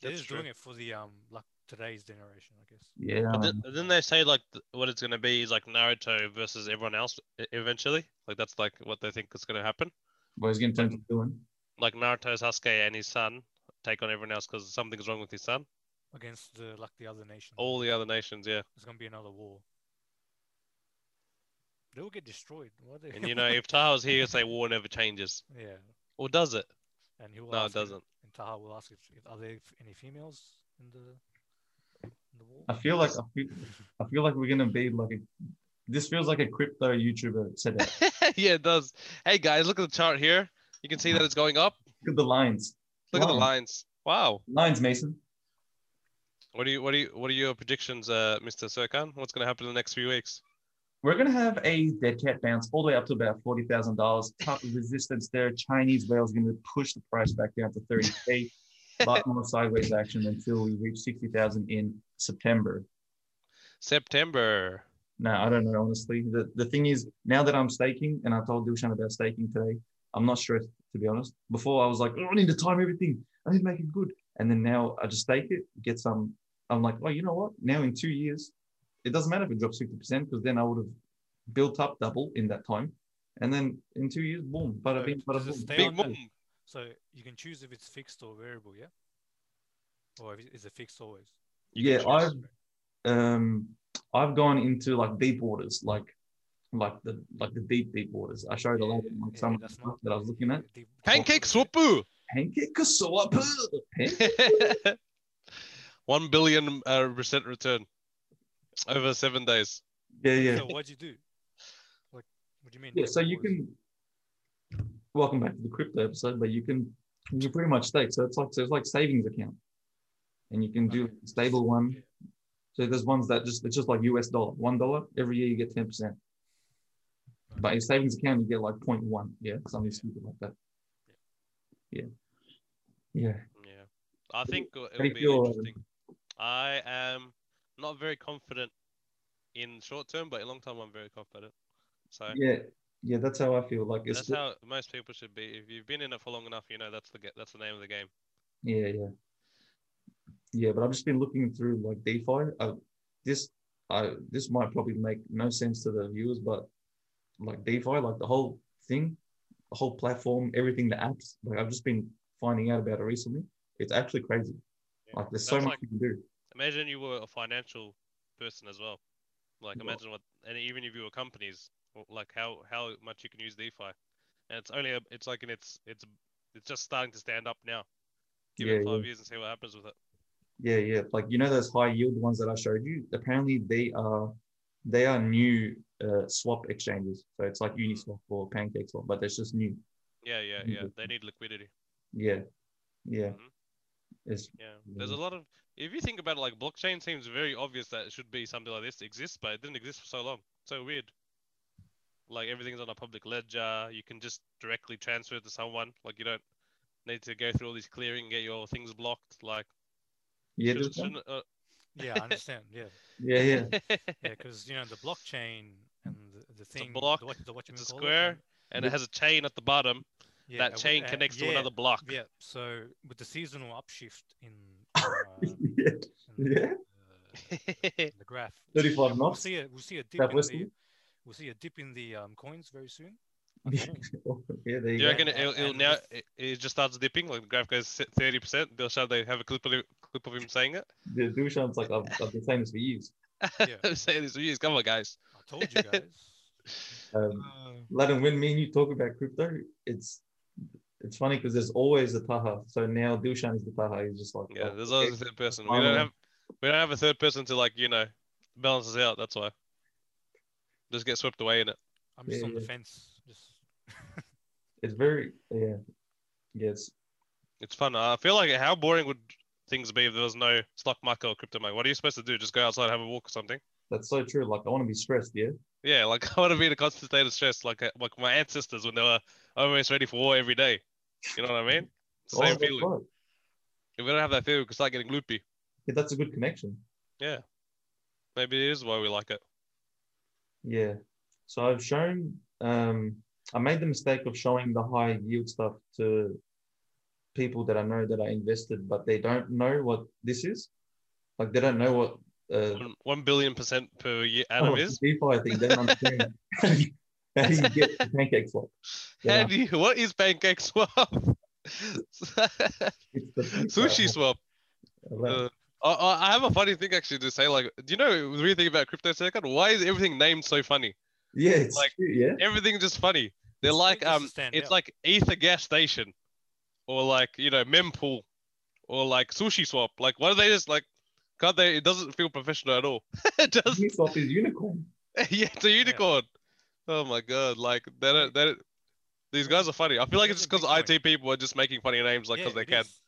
C: They're
B: that's
C: just
B: true.
C: doing it for the um like today's generation, I guess.
A: Yeah.
B: But
A: man.
B: then, then they say like th- what it's gonna be is like Naruto versus everyone else e- eventually. Like that's like what they think is gonna happen.
A: But he's going to turn to villain.
B: Like Naruto, Sasuke, and his son take on everyone else because something's wrong with his son.
C: Against the like the other nation,
B: All the other nations, yeah.
C: there's gonna be another war. They will get destroyed. What the
B: And you know, if Taha's here, he'll say war never changes,
C: yeah,
B: or does it?
C: and he will.
B: No,
C: ask
B: it doesn't.
C: If, and Taha will ask if, if are there f- any females in the in the war.
A: Uh, I feel like I feel, I feel like we're gonna be like a This feels like a crypto YouTuber said that.
B: yeah, it does. Hey guys, look at the chart here. You can see that it's going up.
A: Look at the lines.
B: Look at the
A: Wow.
B: lines. Wow.
A: Lines, Mason.
B: What do you what do you what are your predictions, uh, Mr. Serkan? What's gonna happen in the next few weeks?
A: We're gonna have a dead cat bounce all the way up to about forty thousand dollars. Top of resistance there. Chinese whale's gonna push the price back down to thirty k. But on a sideways action until we reach sixty thousand in September.
B: September.
A: No, I don't know honestly. The the thing is, now that I'm staking, and I told Dushan about staking today, I'm not stressed to be honest. Before I was like, oh, I need to time everything. I need to make it good. And then now I just stake it, get some. I'm like, oh, you know what? Now in two years, it doesn't matter if it drops sixty percent because then I would have built up double in that time. And then in two years, boom, bada
C: So
A: bing, bada
C: does it
A: boom.
C: stay
B: Big
C: on
B: boom.
C: So you can choose if it's fixed or variable, yeah? Or if it- is it fixed always?
A: Yeah, I've um, I've gone into like deep waters, like like the like the deep deep waters. I showed a lot of like
C: Yeah,
A: some of the
C: that's
A: stuff
C: not-
A: that I was looking at.
C: the- the-
B: Pancake
C: the-
B: swapoo.
A: Pancake Kasoa. Pancake.
B: One billion uh, percent return over seven days.
A: Yeah, yeah.
C: So what'd you do? Like, what do you mean?
A: Yeah, so you
C: What is-
A: can welcome back to the crypto episode, but you can you can pretty much stake. So it's like so it's like savings account. And you can do
C: Okay.
A: a stable one.
C: Yeah.
A: So there's ones that just it's just like US dollar. One dollar every year you get ten percent. But your savings account you get like 0.1, yeah, something stupid like that. Yeah. Yeah.
B: Yeah, I think it'll
A: do you
B: be
A: feel, um,
B: interesting. I am not very confident in short term, but in long term, I'm very confident. So
A: Yeah. Yeah, that's how I feel. Like it's
B: that's how most people should be. If you've been in it for long enough, you know that's the ge- that's the name of the game.
A: Yeah, yeah. Yeah, but I've just been looking through like DeFi. Uh, this I this might probably make no sense to the viewers, but like DeFi, like the whole thing, the whole platform, everything, the apps, like I've just been finding out about it recently. It's actually crazy. Like there's so
B: That's
A: much
B: like-
A: you can do.
B: Imagine you were a financial person as well. Like
A: Yeah.
B: imagine what, and even if you were companies, w- like how how much you can use DeFi, and it's only a, it's like in its it's it's just starting to stand up now. Give
A: Yeah,
B: it
A: yeah.
B: five years and see what happens with it.
A: Yeah, yeah. Like you know those high yield ones that I showed you. Apparently they are they are new uh, swap exchanges. So it's like Uniswap or Pancake Swap, but it's just new.
B: Yeah, yeah, yeah. They need liquidity.
A: Yeah, yeah.
B: Mhm.
A: It's
B: Yeah, there's a lot of. If you think about it, like blockchain seems very obvious that it should be something like this exists, but it didn't exist for so long. So weird. Like everything's on a public ledger. You can just directly transfer it to someone. Like you don't need to go through all these clearing, get your things blocked. Like
A: yeah,
B: shouldn't-
A: just-
B: shouldn't, uh,
C: Yeah, I understand. Yeah,
A: yeah, yeah.
C: yeah, because you know the blockchain and the, the thing.
B: block,
C: The, what, the, what you
B: it's a
C: call it,
B: square,
C: and-
B: and it has a chain at the bottom.
C: yeah,
B: that
C: and we-
B: chain
C: uh,
B: connects to
C: yeah,
B: another block.
C: Yeah. So with the seasonal upshift in, uh, in
A: yeah. Yeah.
C: the, in the graph,
A: 35
C: We'll
A: knots.
C: see a we'll see a dip in the
A: Southwestern.
C: we'll see a dip in the um, coins very soon.
A: yeah, there you
B: Do you
A: go.
B: reckon
C: Yeah,
B: it'll, it'll
C: and
B: now
C: with-
B: it, it just starts dipping? Like the graph goes thirty percent. They'll show they have a clip of him, clip of him saying it.
A: The Dushan's like, I've, I've been saying this for years.
C: Yeah.
B: saying this for years. Come on, guys.
C: I told you guys.
A: Um,
B: Uh,
A: Laden, when me and you talk about crypto, it's it's funny because there's always a Taha. So now Dushan is the Taha. He's just like,
B: Yeah,
A: oh,
B: there's always a
A: okay.
B: third person. We
A: fine
B: don't
A: then.
B: have we don't have a third person to like you know balance us out. That's why. Just get swept away in it.
C: I'm just on the
A: Yeah.
C: fence. Just
A: it's very, yeah. Yes.
B: It's fun. I feel like how boring would things be if there was no stock market or crypto market? What are you supposed to do? Just go outside and have a walk or something?
A: That's so true. Like, I want to be stressed. Yeah.
B: Yeah, like I want to be in a constant state of stress, like uh, like my ancestors when they were almost ready for war every day. You know what I mean?
A: Oh,
B: Same
A: that's
B: feeling.
A: right.
B: If we don't have that feeling, we can start getting loopy.
A: Yeah, that's a good connection.
B: Maybe it is why we like it.
A: Yeah. So I've shown, um, I made the mistake of showing the high yield stuff to people that I know that I invested, but they don't know what this is. Like they don't know what uh,
B: One, one billion percent per year annum
A: oh,
B: is.
A: DeFi thing. They don't understand how do you get the pancake swap.
B: How
A: Yeah,
B: do you- what is pancake swap?
A: it's the
B: Sushi swap.
A: swap.
B: Uh, I- I, I have a funny thing actually to say. Like, do you know the weird thing about crypto second? Why is everything named so funny?
A: Yeah, it's
B: like-
A: true, yeah.
B: Everything just funny. They're
C: It's
B: like
C: just to
B: um,
C: stand
B: it's
C: out.
B: like ether gas station, or like you know mempool, or like sushi swap. Like, why do they just like? Can't they? It doesn't feel professional at all. just
A: Sushi swap is unicorn.
B: yeah, it's a unicorn. Oh my god! Like they don't. They don't these guys are funny. I feel like it's just
C: That's
B: because
C: Bitcoin.
B: IT people are just making funny names, like because they
C: it
B: can.
C: is. It is.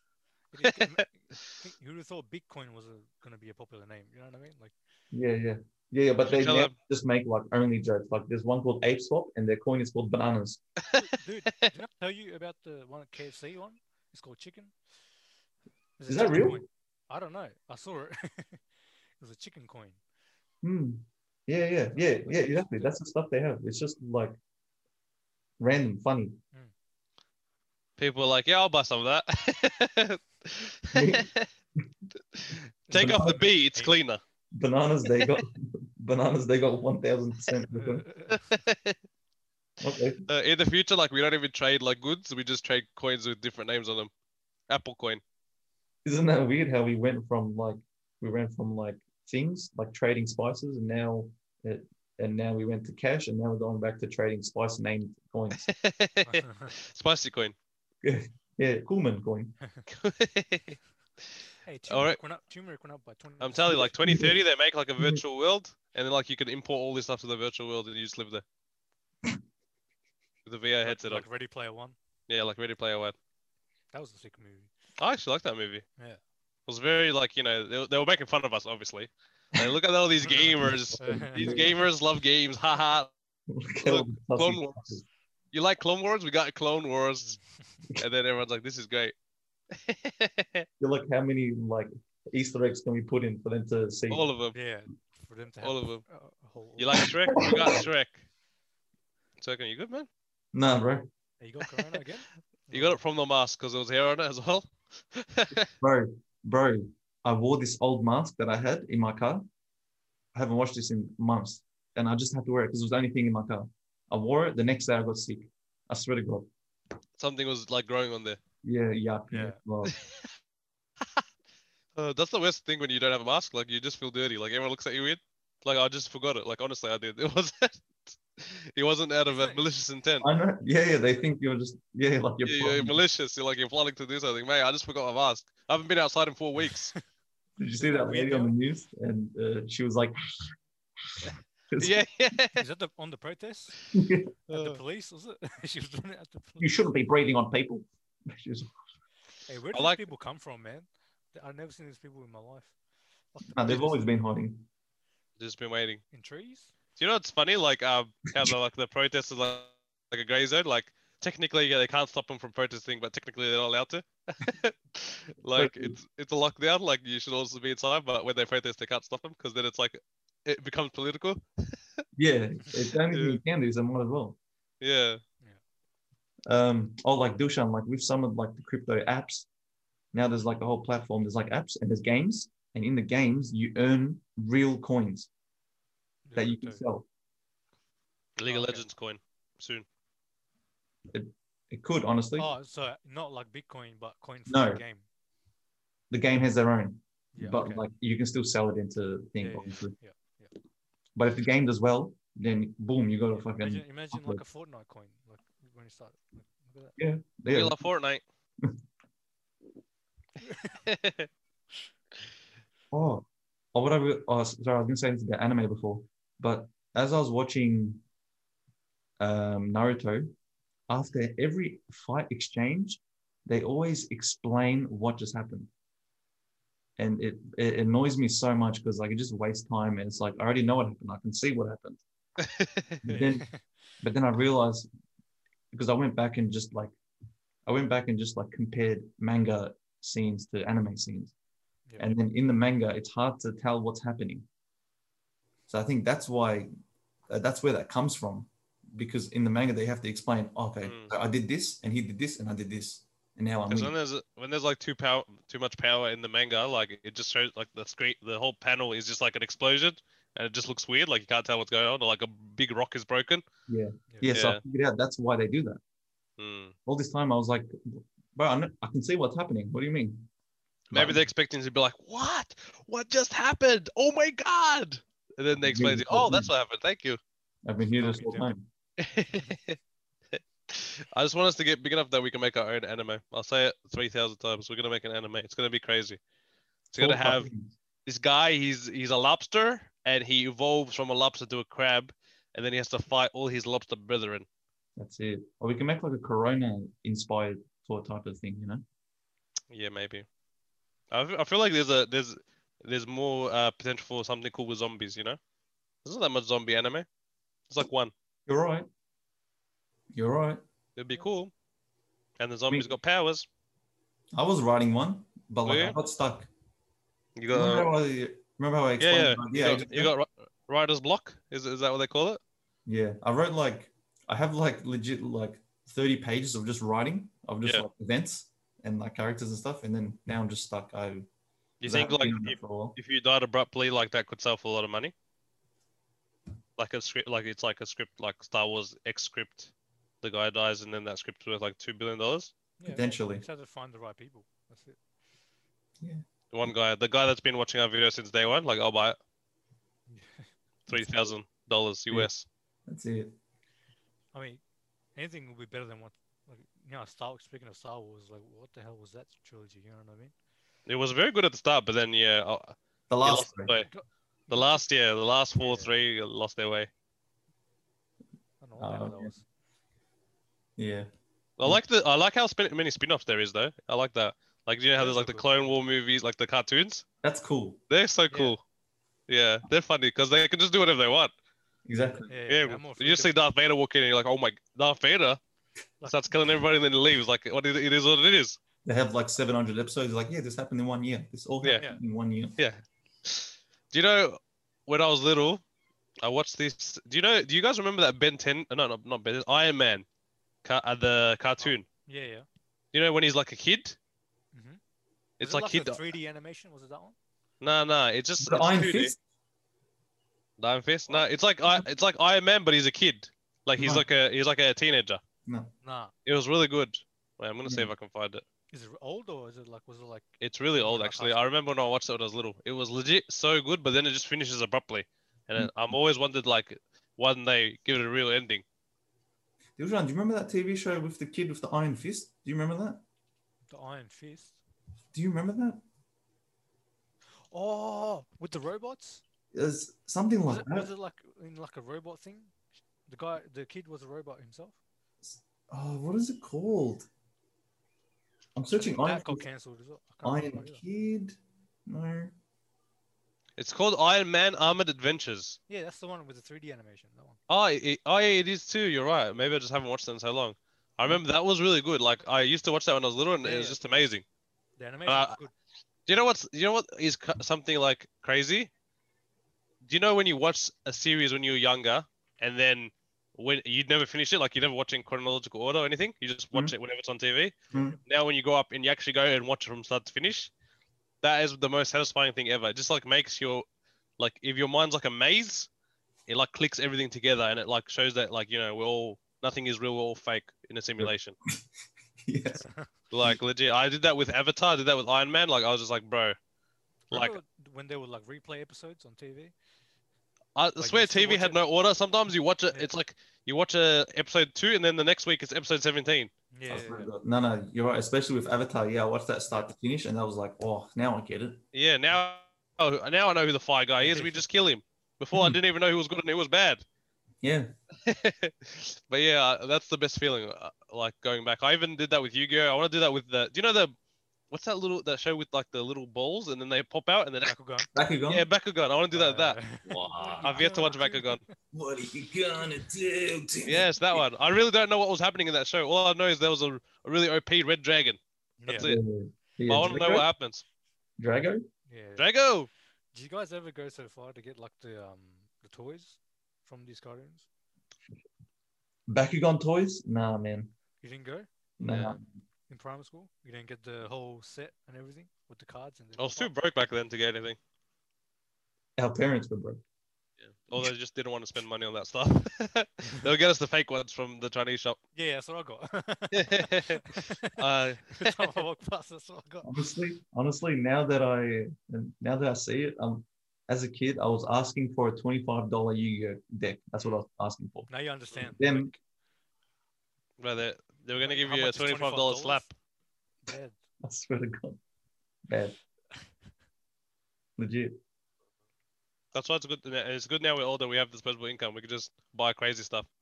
C: 'Cause ma- think- You would have thought Bitcoin was going to be a popular name. You know what I mean? Like,
A: Yeah, yeah. Yeah, yeah, but they
B: Tell
A: now
B: them.
A: just make like only jokes. Like there's one called Ape Swap and their coin is called Bananas.
C: dude, did I tell you about the one at KFC one? It's called chicken. There's a
A: Is that
C: chicken
A: real?
C: coin. I don't know. I saw it. it was a chicken coin.
A: Hmm. Yeah, yeah, yeah, yeah, exactly. That's the stuff they have. It's just like random, funny.
B: People are like, yeah, I'll buy some of that. Take off the B, it's cleaner.
A: Bananas they got bananas they got one thousand percent. Okay.
B: Uh, in the future, like we don't even trade like goods, we just trade coins with different names on them. Apple coin.
A: Isn't that weird how we went from like we went from like things like trading spices and now it, and now we went to cash and now we're going back to trading spice named coins.
B: Spicy coin.
A: Yeah, Coolman coin.
C: hey, turmeric,
B: All right.
C: went up, turmeric went up by 20
B: I'm telling you, like 2030, they make like a virtual world, and then like you can import all this stuff to the virtual world, and you just live there with a VR headset on.
C: like Ready Player One.
B: Yeah, like Ready Player One.
C: That was a sick movie.
B: I actually like that movie.
C: Yeah.
B: It was very like you know they, were- they were making fun of us obviously. Like, look at all these gamers. These gamers love games. Haha.
A: Look at all the fussy
B: Clone Wars.
A: spices.
B: You like Clone Wars? We got Clone Wars. And then everyone's like, this is great.
A: You look how many like Easter eggs can we put in for them to see?
B: all of them.
C: yeah, for them to have
B: All of them.
C: a- a whole.
B: You like Shrek? We got Shrek. So you good, man?
A: Nah, bro,
C: Hey, you got Corona again?
B: You got it from the mask because there was hair on it as well.
A: bro, bro. I wore this old mask that I had in my car. I haven't washed this in months, and I just had to wear it because it was the only thing in my car. I wore it. The next day, I got sick. I swear to God.
B: Something was like growing on there.
A: Yeah, yeah,
C: Yeah.
A: well,
B: Uh, that's the worst thing when you don't have a mask. Like you just feel dirty. Like everyone looks at you weird. Like I just forgot it. Like honestly, I did. It wasn't. It wasn't out of a
C: Isn't it-
B: malicious intent.
A: I know. Yeah, yeah. They think you're just yeah, like you're.
B: Yeah, you're, malicious. You're like you're planning to do something, mate. I just forgot my mask. I haven't been outside in four weeks.
A: Did you see that lady on the news? And uh, she was like,
B: yeah, yeah.
C: Is that the, on the protest? At the
B: Uh,
C: police, was it? she was doing it at the
A: "You
C: police.
A: shouldn't be breathing on people." She was,
C: Hey, where
B: I
C: do these
B: like-
C: people come from, man? Th- I've never seen these people in my life. Like the
A: nah, they've
C: protest
A: always been hiding.
B: just been waiting.
C: in trees.
B: Do you know what's funny? Like um, how the like the protesters like like a gray zone. Like technically, yeah, they can't stop them from protesting, but technically they're not allowed to. like
A: Totally.
B: it's it's a lockdown. Like you should also be inside, but when they protest, they can't stop them because then it's like it becomes political.
A: Yeah, it's the only thing
B: Yeah.
A: you can do is I might as well.
B: Yeah,
A: um oh like Dushan, like we've summoned like the crypto apps. Now there's like a whole platform. There's like apps and there's games, and in the games you earn real coins
C: Yeah,
A: that you
C: crypto.
A: can sell.
B: League of
C: Okay.
B: Legends coin soon.
A: It could honestly.
C: Oh, so not like Bitcoin, but coin for
A: No.
C: the game.
A: The game has their own,
C: Yeah,
A: but
C: okay.
A: like you can still sell it into
C: yeah,
A: thing.
C: yeah,
A: obviously.
C: yeah.
A: But if the game does well, then boom, you got a fucking
C: Imagine, imagine like a Fortnite coin, like when you start. Like, look at
A: yeah.
B: We love Fortnite.
A: Oh, or what I was, oh, sorry, I was gonna say this about anime before, but as I was watching um, Naruto, after every fight exchange, they always explain what just happened. And it, it annoys me so much because like it just wastes time and it's like I already know what happened. I can see what happened. But
C: that.
A: then but then I realized because I went back and just like I went back and just like compared manga scenes to anime scenes
C: Yeah.
A: and then in the manga it's hard to tell what's happening so i think that's why uh, that's where that comes from because in the manga they have to explain "Oh, okay
B: Mm.
A: so i did this and he did this and i did this and now i'm
B: Because when
A: winning.
B: there's when there's like too power too much power in the manga, like it just shows like the screen the whole panel is just like an explosion and it just looks weird, like you can't tell what's going on, or like a big rock is broken.
A: yeah, so i
B: Yeah.
A: figured out that's why they do that
B: Hmm.
A: all this time i was like bro i, know, I can see what's happening what do you mean
B: Maybe they're expecting to be like, What? What just happened? Oh my god. And then they explain to you, Oh, that's what happened. Thank you.
A: i've been here this
C: Can't be
A: whole
C: doing
A: time
B: I just want us to get big enough that we can make our own anime. I'll say it three thousand times. We're gonna make an anime. It's gonna be crazy. It's gonna
A: Talk about
B: have
A: things.
B: this guy he's he's a lobster and he evolves from a lobster to a crab, and then he has to fight all his lobster brethren.
A: That's it. Or we can make like a Corona inspired sort of type of thing, you know?
B: Yeah, maybe. I, f- I feel like there's a there's there's more uh, potential for something cool with zombies. You know, there's not that much zombie anime. It's like one.
A: You're right. You're right.
B: It'd be cool, and the zombies got powers.
A: I was writing one, but like
B: Were you?
A: I got stuck.
B: Oh, You
A: remember,
B: got
A: how I, remember how I
B: yeah,
A: explained?
B: yeah. You
A: yeah,
B: got, you got ri- writer's block. Is is that what they call it?
A: Yeah, I wrote like I have like legit like 30 pages of just writing of just
B: Yeah.
A: like events and like characters and stuff, and then now I'm just stuck. I
B: You think like if, if you died abruptly, like that could sell for a lot of money. Like a script, like it's like a script, like Star Wars X script. The guy dies, and then that script's worth like two billion dollars.
C: Yeah,
A: Potentially.
C: You just have to find the right people. That's it.
B: One guy, the guy that's been watching our video since day one, like I'll buy it. Three thousand dollars
A: Yeah.
B: US.
A: that's it.
C: I mean, anything would be better than what, like, you know, Star. Speaking of Star Wars, like, what the hell was that trilogy? You know what I mean?
B: It was very good at the start, but then yeah, uh, it
A: The last
B: lost its
A: three.
B: way. The last yeah, the last four
C: Yeah.
B: three lost their way.
C: I don't know what the hell
A: Oh,
C: that
A: yeah.
C: was.
A: yeah,
B: I
A: Mm.
B: like the I like how spin- many spin-offs there is though. I like that. Like you know how
C: Those
B: there's
C: are
B: like the
C: good.
B: Clone War movies, like the cartoons.
A: that's cool.
B: They're so cool. Yeah, they're funny because they can just do whatever they want.
A: Exactly.
C: Yeah,
B: Yeah,
C: I'm all
B: you just
C: for
B: see
C: it.
B: Darth Vader walk in and you're like, oh my, Darth Vader
C: Like-
B: starts killing everybody and then he leaves. Like what is, it is what it is.
A: They have like 700 episodes. Like, yeah, this happened in one year. This all
B: Yeah.
A: happened in one year.
B: Yeah. Do you know when I was little, I watched this. Do you know? Do you guys remember that Ben 10? No, no, not Ben. Iron Man, car, uh, the cartoon.
C: Yeah, yeah.
B: You know when he's like a kid.
C: Mhm.
B: It's
C: was
B: like,
C: it
B: kid.
C: like a 3D animation. Was it that one?
B: No, no, it's just
A: The
B: it's
A: Iron
B: 2D.
A: Fist.
B: The Iron Fist.
C: Oh.
B: No, it's like I, it's like Iron Man, but he's a kid. Like he's
A: No.
B: like a he's like a teenager.
C: Nah.
B: It was really good. Wait, I'm gonna see
A: Yeah.
B: if I can find it.
C: Is it old or is it like? Was it like?
B: It's really
C: Yeah,
B: old
C: I
B: actually.
C: can't-
B: I remember when I watched it when I was little. It was legit so good, but then it just finishes abruptly. And
A: Mm.
B: then I'm always wondered like why didn't they give it a real ending?
A: Dilshan, do you remember that TV show with the kid with the Iron Fist? Do you remember that?
C: The Iron Fist.
A: Do you remember that?
C: Oh, with the robots.
A: It's something
C: Was
A: like
C: it,
A: that.
C: was it like in like a robot thing? The guy, the kid was a robot himself.
A: Oh, what is it called? I'm searching Iron,
C: That got
A: Fist.
C: cancelled as well. I can't
A: Iron
C: remember either.
A: Kid. No.
B: It's called Iron Man Armored Adventures.
C: Yeah, that's the one with the 3D animation. That one.
B: Oh, it, it- oh yeah, it is too. You're right. Maybe I just haven't watched it in so long. I remember that was really good. Like I used to watch that when I was little, and it was
C: Yeah.
B: just amazing.
C: The animation
B: Uh,
C: was good.
B: Do you know what's? You know what is cu- something like crazy? Do you know when you watch a series when you were younger, and then when you'd never finish it, like you never watch it in chronological order or anything, you just watch it whenever it's on TV.
A: Mhm.
B: Now when you grow up and you actually go and watch it from start to finish, that is the most satisfying thing ever. It just like makes your, like if your mind's like a maze, it like clicks everything together and it like shows that like you know we're all nothing is real, we're all fake in a simulation.
A: Yes.
B: Like legit, I did that with Avatar, I did that with Iron Man. Like I was just like, bro, like
C: Remember when there were like replay episodes on TV?
B: I
C: you
B: swear
C: still
B: TV
C: watch
B: had
C: it?
B: no order. Sometimes you watch it,
C: Yeah.
B: it's like you watch a episode two, and then the next week it's episode seventeen.
C: Yeah.
A: That's really good. No, no, you're right. Especially with Avatar. Yeah, I watched that start to finish and I was like, oh, now I get it.
B: Yeah, now oh, now I know who the fire guy is. We just kill him. Before I
C: Hmm.
A: Mhm.
B: didn't even know who was good and who was bad.
A: Yeah.
B: but yeah, that's the best feeling. uh, Like going back, I even did that with Yu-Gi-Oh. I want to do that with the. Do you know the? What's that little that show with like the little balls and then they pop out and then
C: Bakugan.
A: Bakugan.
B: yeah, Bakugan. I want to do that.
C: Uh,
B: with that.
A: Wow.
B: I've yet to watch Bakugan.
A: What are you gonna do? To me?
B: Yes, that one. I really don't know what was happening in that show. All I know is there was a, a really OP red dragon. That's
C: yeah.
B: it. But I want to know what happens.
A: Drago.
C: Yeah.
B: Drago.
C: Did you guys ever go so far to get like the um the toys from these cartoons?
A: Bakugan toys? Nah, man.
C: You didn't go
A: Nah.
B: Yeah.
C: in primary school. You didn't get the whole set and everything with the cards and. The
B: I was too
C: whatnot?
B: broke back then to get anything.
A: Our parents were broke.
B: Or they just didn't want to spend money on that stuff. They'll get us the fake ones from the Chinese shop.
C: Yeah, that's what I got.
B: Uh,
C: Every time I walk past, that's what I got.
A: Honestly, honestly, now that I now that I see it, um, as a kid, I was asking for a twenty-five dollar Yu-Gi-Oh deck. That's what I was asking for.
C: Now you understand.
A: Then
B: but they, they were going to give
C: Like, how
B: you a
C: much is
B: $25,
C: $25?
B: slap.
C: Yeah.
A: I swear to God, bad, legit.
B: That's why it's good. It's good now we're older. We have disposable income. We can just buy crazy stuff.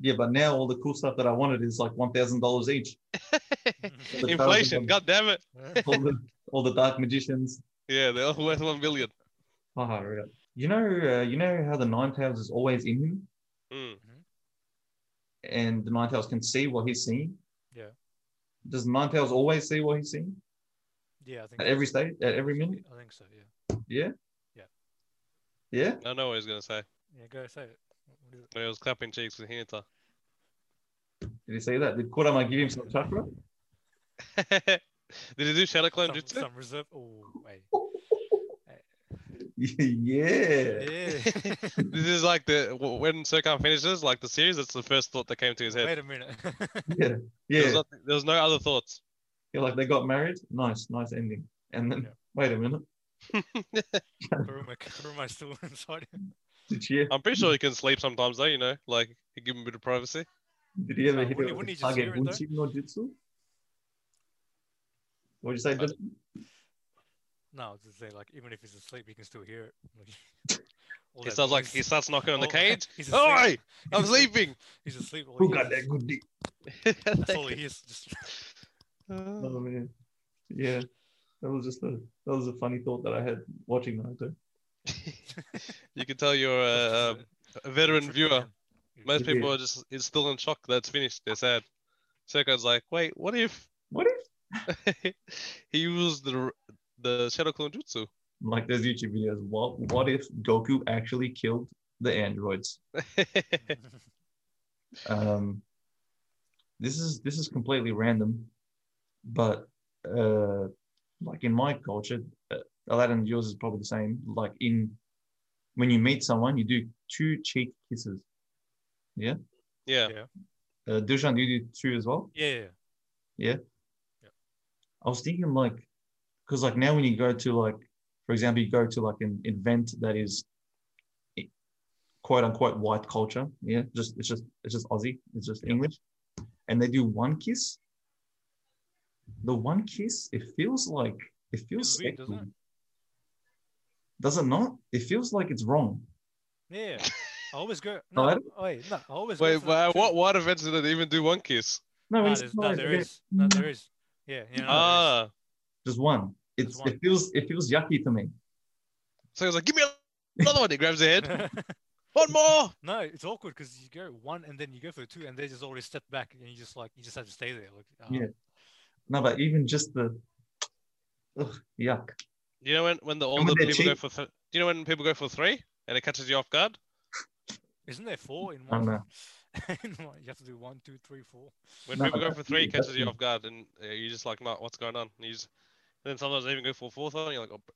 A: Yeah, but now all the cool stuff that I wanted is like one thousand dollars each. The
B: Inflation.
A: thousand-
B: God damn it.
C: Mm-hmm.
A: all, the, all the dark magicians.
B: Yeah, they're all worth one billion.
A: Oh, right. You know, uh, you know how the nine tails is always in him,
B: Mm.
A: and the nine tails can see what he's seeing.
C: Yeah.
A: Does nine tails always see what he's seeing
C: Yeah, I think
A: at every
C: so.
A: stage, at every minute?
C: I think so. Yeah.
A: Yeah.
B: I know what he's gonna say.
C: Yeah, go say it. What is it?
B: But he was clapping cheeks with Hinata.
A: Did he say that? Did Kurama give him some chakra?
B: Did he do shadow clone
C: Some,
B: jutsu?
C: some reserve. Oh, wait.
A: yeah.
C: Yeah.
B: this is like the w- when Serkan finishes like the series. That's the first thought that came to his head.
C: Wait a minute.
A: Yeah.
B: There, was
A: Yeah.
B: nothing- there was no other thoughts.
A: You're like they got married. Nice, nice ending. And then
C: Yeah.
A: wait a minute.
C: Kuruma, Kuruma's still inside.
A: Did you
B: I'm pretty sure he can sleep sometimes though. You know, like you give him a bit of privacy.
A: did he ever
C: Uh,
A: hit
C: wouldn't-
A: it
C: wouldn't
A: with
C: he
A: a
C: just
A: target
C: hear it though?
A: Bunshin no Jutsu? What'd you say? Did,
C: No, it's just say like even if he's asleep, he can still hear it. All
B: He
C: that
B: starts like
C: noise.
B: he starts knocking on the
C: All-
B: cage.
C: He's asleep.
B: Oi, I'm
C: He's asleep.
B: sleeping.
C: He's asleep. All
A: who
C: he
A: got
C: hears
A: that good dick?
C: is- That's all he hears. Just
A: Oh
B: Uh,
A: man, yeah, that was just a that was a funny thought that I had watching Naruto.
B: you can tell you're a, um, a veteran viewer. Most
A: Yeah.
B: people are just is still in shock that it's finished. They're sad. Serkan's like, wait, what if
A: What if?
B: he used the the shadow clone jutsu?
A: Like those YouTube videos. What what if Goku actually killed the androids? Um, this is this is completely random, but uh, like in my culture, uh, Aladdin, yours is probably the same. Like in when you meet someone, you do two cheek kisses.
B: yeah.
C: Yeah.
A: Uh, Dushan, you do two as well.
C: Yeah, yeah.
A: I was thinking like, because like now when you go to like, for example, you go to like an event that is i- quote unquote white culture, yeah, just it's just it's just Aussie, it's just English, and they do one kiss. The one kiss, it feels like it feels
C: Feels weird, doesn't
A: sexual. Does it not? It feels like it's wrong.
C: Yeah. I always go.
A: No,
C: No,
A: I don't-
C: oh, wait, no, I always
B: Wait,
C: go. for
B: but
C: that
B: at
C: too.
B: what what events did it even do one kiss?
A: No,
C: No,
A: it's
C: there's, no,
A: not,
C: there
A: yeah,
C: is. No, there is. Yeah. yeah no, there
B: Ah,
C: is.
A: just one. It's
C: one.
A: it feels it feels yucky to me.
B: so he's like, give me another one. He grabs the head. One more.
C: no, it's awkward because you go one and then you go for two and they just already step back and you just like you just have to stay there. Like, uh,
A: Yeah. No, but even just the ugh, yuck.
B: You know when when the
A: when
B: older
A: they're
B: people go
A: cheap.
B: for th- do you know when people go for three and it catches you off guard?
C: Isn't there four in
A: I
C: one?
A: don't
C: in one- you have to do one, two, three, four.
B: When
A: No,
B: people go
A: that's
B: for three,
A: me,
B: it
A: that's
B: catches you
A: me.
B: off guard, and uh, you're just like, no, what's going on? And you just, then sometimes they even go for a fourth one. And you're like, oh, bro,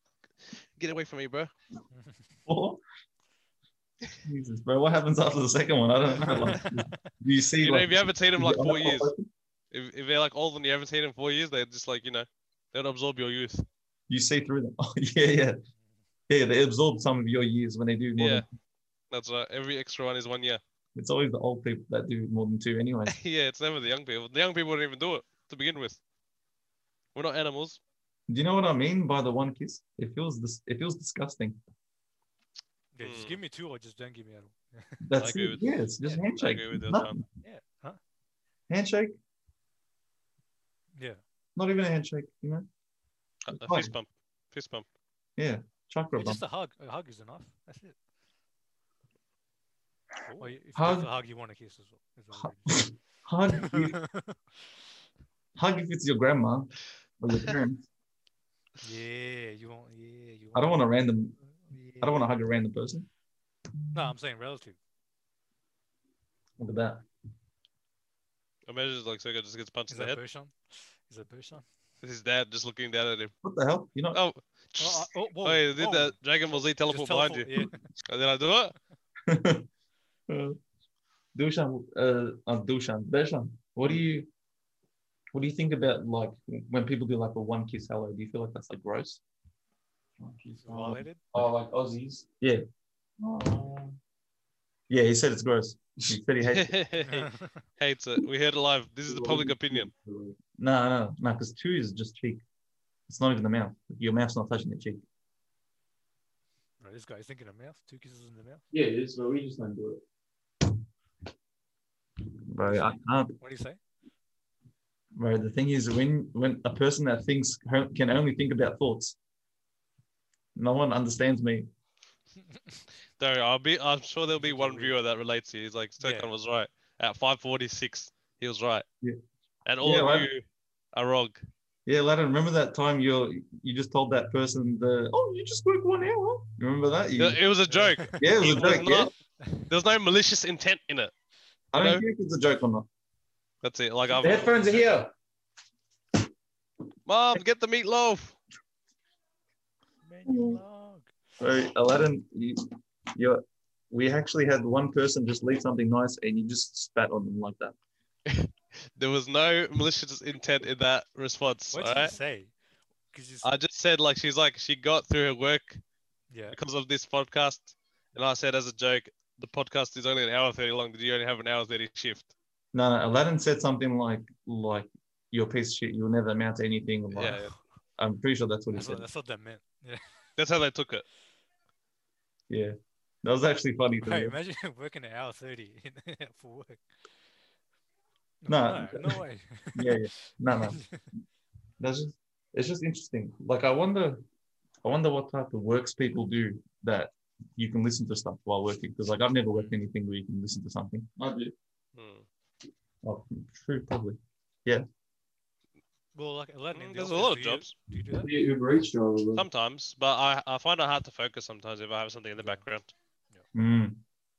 B: get away from me, bro.
A: Four? Jesus, bro, what happens after the second one? I don't know. Like, do you see,
B: You know,
A: like,
B: if you haven't seen them like
A: is it
B: four
A: on-
B: years, if, if they're like old and you haven't seen them four years, they're just like, you know, they don't absorb your youth.
A: you see through them. Oh, yeah, yeah, yeah. They absorb some of your years when they do more.
B: Yeah,
A: Than,
B: that's right. Every extra one is one year.
A: it's always the old people that do more than two, anyway.
B: yeah, it's never the young people. The young people don't even do it to begin with. We're not animals.
A: Do you know what I mean by the one kiss? It feels this. It feels disgusting.
C: Yeah, just
B: Hmm.
C: give me two or just don't give me at all.
A: That's
B: agree
A: it.
B: with-
A: Yeah, it's just
C: yeah, I
B: I
A: handshake.
B: agree with you.
A: Nothing.
B: Tom.
C: yeah. Huh?
A: Handshake,
C: Yeah.
A: not even a handshake. You know,
B: A-
A: It's
B: a
A: fine.
B: fist bump. Fist bump.
A: yeah, chakra
C: Yeah,
A: bump.
C: just a hug. A hug is enough. That's it. Or you- if
A: Hug.
C: you have a hug, you want a kiss as well. That's all
A: Hug.
C: it is.
A: Hug, if, hug if it's your grandma or your parents.
C: yeah, you want. Yeah, you want.
A: I don't want a random.
C: Yeah.
A: I don't want to hug a random person.
C: No, I'm saying relative.
A: Look at that.
B: Imagine it's like Sergio just gets punched
C: Is
B: in the
C: that
B: head.
C: Bershon? Is that Bershon?
B: His dad just looking down at him.
A: What the hell? You're not.
B: Oh,
C: Oh, I- oh, whoa,
B: oh, yeah, did
C: whoa.
B: that Dragon Ball Z
C: Just
B: teleport behind you?
C: teleport, yeah.
B: And then I do it.
A: Uh, Dushan, uh, uh, Dushan, Beshan, what do you, what do you think about like when people do like a one kiss hello? Do you feel like that's like gross? One kiss hello.
C: Violated?
A: Oh, like Aussies? Oh. Yeah. Yeah, he said it's gross. He said he hates.
B: He Hates it. We heard it live. This is the public opinion.
A: No, no, no, because two is just cheek. It's not even the mouth. Your mouth's not touching the cheek.
C: bro. This guy's thinking of mouth. Two kisses in the mouth.
D: Yeah, it is, but we just don't do
A: Bro, I can't.
C: What do you say?
A: Bro, the thing is, when when a person that thinks can only think about thoughts, no one understands me.
B: Though I'll be, I'm sure there'll be one viewer that relates to you. He's like, Stokan
C: Yeah.
B: was right. At 5:46, he was right.
A: Yeah.
B: And all
A: Yeah,
B: of
A: well-
B: you are wrong.
A: Yeah, Laden, remember that time you you just told that person the oh you just work one hour. You Remember that? You-
B: It it was a joke.
A: yeah, it was a
B: It
A: joke.
B: was
A: Yeah,
B: not- There's no malicious intent in it.
A: I don't
B: no.
A: care if it's a joke or not.
B: That's it. Like,
D: it.
B: I'm,
D: The headphones are here.
B: Mom, get the meatloaf.
C: Man, you log.
A: So Aladdin, you, you we actually had one person just leave something nice and you just spat on them like that.
B: There was no malicious intent in that response.
C: What
B: all
C: did you
B: right.
C: say? Because you, s-
B: I just said like she's like she got through her work
C: yeah,
B: because of this podcast, and I said as a joke, the podcast is only an hour thirty long. Did you only have an hour thirty shift?
A: No, no, Aladdin said something like like you're a piece of shit, you'll never amount to anything. Like,
B: Yeah, yeah.
A: I'm pretty sure that's what he
C: that's what,
A: said.
C: that's what that meant. Yeah.
B: That's how they took it.
A: Yeah. That was actually funny to
C: Bro,
A: me.
C: imagine working an hour thirty for work.
A: No.
C: no, no way.
A: Yeah, yeah. No, no. That's just it's just interesting. Like I wonder I wonder what type of works people do that you can listen to stuff while working. Because like I've never worked anything where you can listen to something.
D: I do.
B: Hmm.
A: Oh, true, probably.
C: well, like Aladdin, in
B: Mm,
C: the
B: There's a
C: office,
B: lot of
C: do you-
B: jobs
C: Do you do that?
D: Yeah, Uber Eats driver.
B: sometimes, but I, I find it hard to focus sometimes if I have something in the
C: Yeah.
B: background,
A: Mm,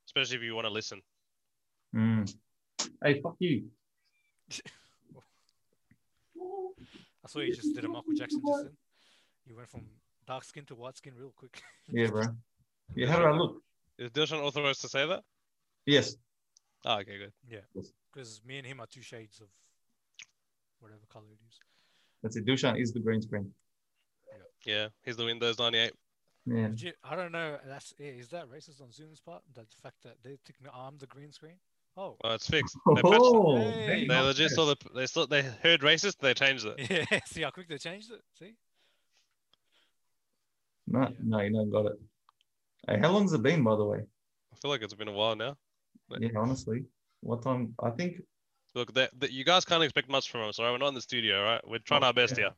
B: especially if you want to listen.
A: mm. Hey, fuck you.
C: I saw you just did a Michael Jackson just then. You went from dark skin to white skin real quick.
A: Yeah, bro. Yeah, how do I look?
B: Is Dilshan authorized to say that?
A: Yes.
B: Oh, okay, good.
C: Because me and him are two shades of whatever color it is.
A: That's it. Dushan is the green screen.
B: Yeah, he's the Windows 98.
A: Yeah.
C: Did you, I don't know. That's yeah, is that racist on Zoom's part? That the fact that they took me arm the green screen. Oh,
B: Oh, it's fixed. They, patched it.
A: Oh,
C: Hey.
B: they legit saw the they saw, they heard racist. They changed it.
C: yeah. See how quick they changed it. See,
A: No, no, you don't got it. Hey, how long's it been, by the way?
B: I feel like it's been a while now.
A: Yeah, honestly. What time? I think.
B: Look, that that- you guys can't expect much from us. All right, we're not in the studio. All right, we're trying our best here.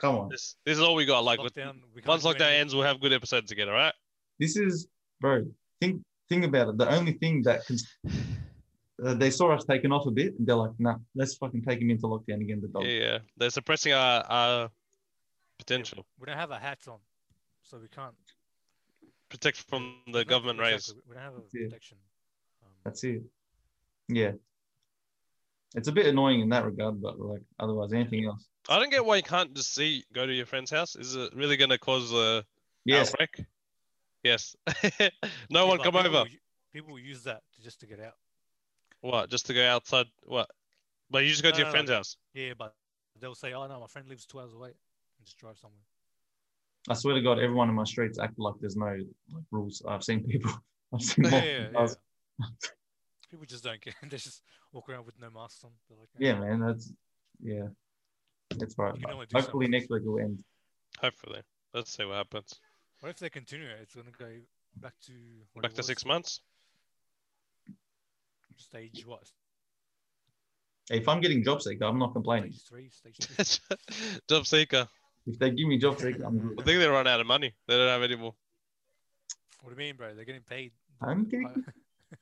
A: Come on.
B: This this is all we got. Like with,
C: we can't
B: once
C: do
B: lockdown
C: anything.
B: ends, we'll have good episodes again. All right.
A: This is, bro. Think, think about it. The only thing that can, uh, they saw us taken off a bit, and they're like, "Nah, let's fucking take him into lockdown again." The dog.
B: Yeah, yeah. They're suppressing our our potential.
C: We don't have our hats on, so we can't.
B: Protect from the
C: there's no-
B: government
C: exactly,
B: raise.
C: we- We don't have a
A: Yeah.
C: protection. Um,
A: That's it. Yeah. It's a bit annoying in that regard, but like otherwise, anything else.
B: I don't get why you can't just see go to your friend's house. Is it really going to cause a
A: Yes.
B: outbreak? Yes. no
C: yeah,
B: one
C: but
B: come
C: people
B: over.
C: will u- People will use that to, just to get out.
B: What? Just to go outside? What? But you just go
C: No,
B: to your
C: no, no.
B: friend's house.
C: Yeah, but they'll say, "Oh no, my friend lives two hours away," and just drive somewhere.
A: I swear to God, everyone in my streets act like there's no like rules. I've seen people. I've seen.
C: yeah,
A: multiple
C: yeah, yeah.
A: cars.
C: People just don't care. they just walk around with no masks on. They're like, "Eh,
A: Yeah, man. That's yeah. It's right.
C: You can only do
A: Hopefully
C: something.
A: next week will end.
B: Hopefully. Let's see what happens.
C: What if they continue it? It's gonna go back to what
B: Back
C: it
B: to
C: was,
B: six months.
C: Stage what?
A: If I'm getting job seeker, I'm not complaining.
C: Stage three. Stage two.
B: Job seeker.
A: If they give me job seeker, I'm good.
B: I think they run out of money. They don't have any more.
C: what do you mean, bro? They're getting paid.
A: I'm getting
C: Uh,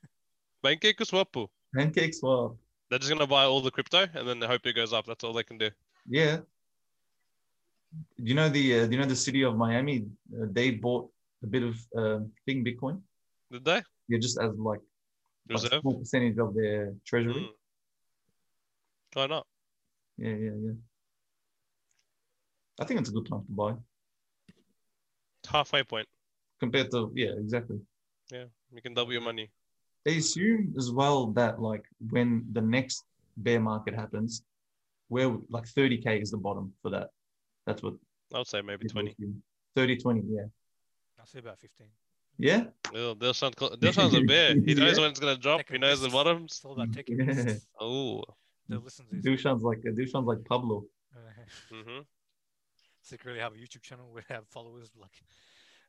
B: Banke Kuswapu.
A: pancake swap.
B: They're just gonna buy all the crypto and then hope it goes up. That's all they can do.
A: Yeah. Do you know the uh, do you know the city of Miami? Uh, they bought a bit of uh, thing Bitcoin.
B: Did they?
A: Yeah, just as like a
B: Reserve?
A: small percentage of their treasury.
B: Mm. Why not?
C: Hmm.
A: Yeah, yeah, yeah. I think it's a good time to buy
B: Halfway point.
A: compared to yeah, exactly.
B: Yeah. You can double your money.
A: they assume as well that like when the next bear market happens, where like 30k is the bottom for that. That's what
B: I would say maybe
A: people
B: twenty.
A: assume. 30, 20, yeah.
C: I'll say about fifteen.
A: Yeah.
B: Ew, Dilshan's cl- Dilshan's a bear. He knows
A: Yeah.
B: when it's gonna drop. He
C: Taking
B: knows the
C: risks. It's
B: bottoms.
C: all about taking
A: Yeah.
C: risks.
B: Oh.
C: They'll listen to this.
A: Dushan's like Dushan's like Pablo.
C: Uh,
B: Mm-hmm.
C: secretly have a YouTube channel where they have followers like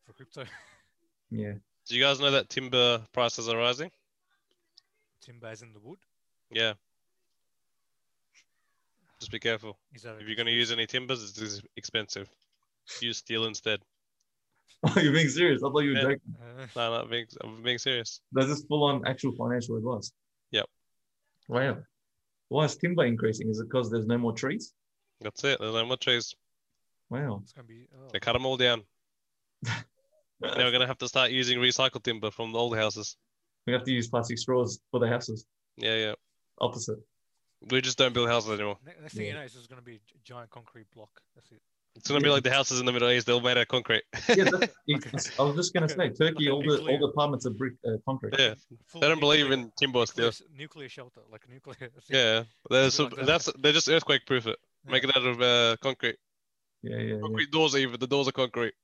C: for crypto.
A: Yeah.
B: Do you guys know that timber prices are rising?
C: Timber as in the wood.
B: Yeah. Just be careful.
C: Is that a
B: If you're going to use any timbers, it's ex- expensive. Use steel instead.
A: Oh, you're being serious. I thought you were
B: Yeah.
A: joking.
C: Uh,
B: No, no, I'm being, I'm being serious.
A: That's just full on actual financial advice.
B: Yep.
A: Wow. Why is timber increasing? Is it because there's no more trees?
B: That's it. There's no more trees.
A: Wow.
C: it's gonna be. Oh,
B: They cut them all down. now we're going to have to start using recycled timber from the old houses.
A: We have to use plastic straws for the houses.
B: Yeah, yeah.
A: Opposite.
B: We just don't build houses anymore.
C: ne- next thing you
A: Yeah.
C: know, it's just gonna be a giant concrete block. That's it.
B: It's going to be
A: Yeah.
B: like the houses in the Middle East. They're all made out of concrete.
A: Yeah, that's, it's- I was just going to say, Turkey, all the all
C: Nuclear.
A: the apartments are brick uh, concrete.
B: yeah.
C: Full
B: They don't believe
C: nuclear-
B: in timber or
C: nuclear,
B: steel.
C: s- nuclear shelter, like nuclear. that's it.
B: Yeah. There's some,
C: Something like that.
B: that's, they're just earthquake proof it. Make it out of uh, concrete.
A: Yeah, yeah, yeah.
B: Concrete doors, even. The doors are concrete.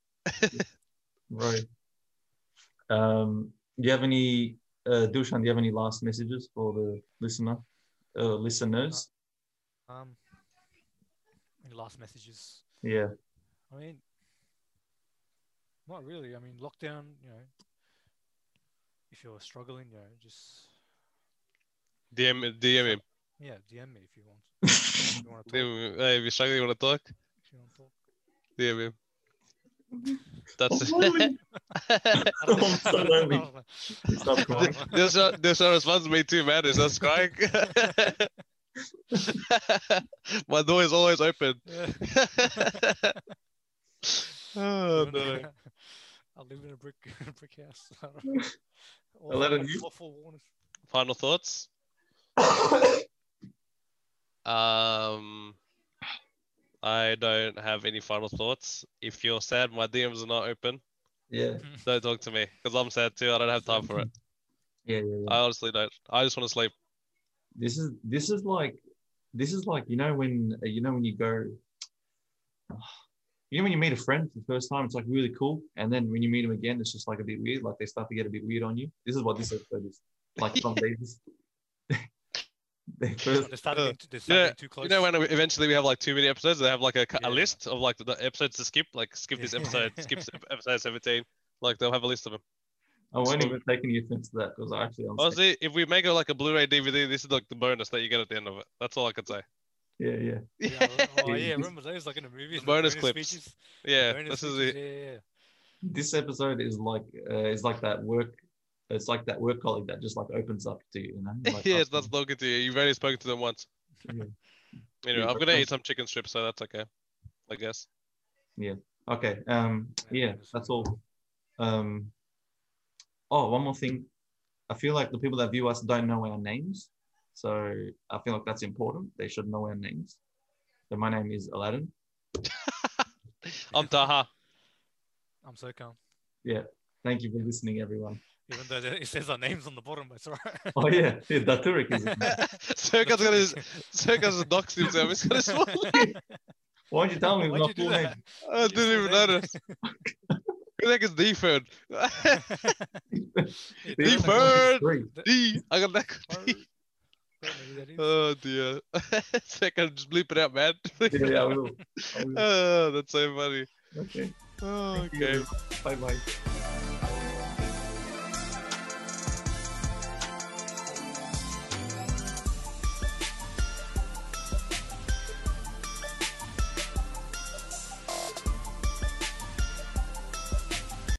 A: Right. Um, do you have any, uh, Dushan, do you have any last messages for the listener, uh, listeners?
C: Um. Any last messages?
A: Yeah.
C: I mean, not really. I mean, lockdown. You know, if you're struggling, you know, just
B: DM, DM him.
C: yeah, DM me if you want.
A: That's
C: If you want to
B: DM
C: talk.
B: him. Hey, if you're struggling, you want to talk?
C: If you want to talk.
B: DM him. That's
C: I don't know.
A: I'm so lonely.
C: I don't know.
A: Stop crying.
B: this show, this show responds me too, man. Is that crying? My door is always open.
C: Yeah.
B: oh,
C: Live in
B: no.
C: a- I live in a brick brick house.
A: I let it you-
C: Awful warnings.
B: Final thoughts. Um, I don't have any final thoughts. If you're sad, my DMs are not open.
A: yeah.
B: Don't talk to me because I'm sad too. I don't have time for it.
A: Yeah, yeah, yeah.
B: I honestly don't. I just want to sleep.
A: this is this is like this is like you know when you know when you go you know when you meet a friend for the first time it's like really cool and then when you meet them again it's just like a bit weird like they start to get a bit weird on you this is what this episode is like some days they first
C: They started
B: Uh,
C: getting too, they started
B: yeah,
C: getting too close.
B: You know, when eventually we have like too many episodes, they have like a, cu-
C: Yeah.
B: a list of like the episodes to skip, like skip this episode, skip s- episode 17. Like they'll have a list of them.
A: I won't even take any offense to that because I actually
C: Oh,
A: I'm
B: Honestly, if we make it like a Blu ray DVD, this is like the bonus that you get at the end of it. That's all I could say.
A: yeah yeah
C: yeah, oh, oh,
A: Yeah.
C: yeah, remember those like in the movies.
B: The
C: the
B: bonus
C: bonus
B: clips.
C: speeches?
B: yeah,
C: Bonus
B: this is
C: speeches,
B: it.
C: Yeah, yeah, yeah.
A: this episode is like uh, it's like that work it's like that work colleague that just like opens up to you you know like,
B: yes, that's talking to you. You've already spoken to them once.
A: Yeah.
B: Anyway,
A: Yeah,
B: I'm gonna
A: that's-
B: eat some chicken strips, so that's okay. I guess.
A: Okay. Um. Yeah, that's all. Um. Oh, one more thing. I feel like the people that view us don't know our names, so I feel like that's important. They should know our names. So my name is Aladdin.
B: I'm Taha.
C: I'm so calm.
A: Thank you for listening, everyone.
C: Even though there- it says our names on the bottom, but it's alright.
A: Oh yeah, yeah Daturik is. his name.
B: Circa's gonna Circa's dox himself. He's gonna swallow.
A: Why don't you tell me
C: Why'd
A: my
C: you do
A: full name?
C: that?
B: I
C: Yes,
B: didn't even
C: thank you.
B: notice. Who the heck is D Fern?
C: Yeah,
A: The
C: don't
B: bird.
C: know who-
A: first three.
B: D. I got that.
C: don't know who that is.
B: Oh dear. Second, just bleep it out, man.
A: Yeah, yeah, I will. I will.
B: oh, that's so funny.
A: Okay.
B: Oh, okay.
A: Bye bye.
C: Bye.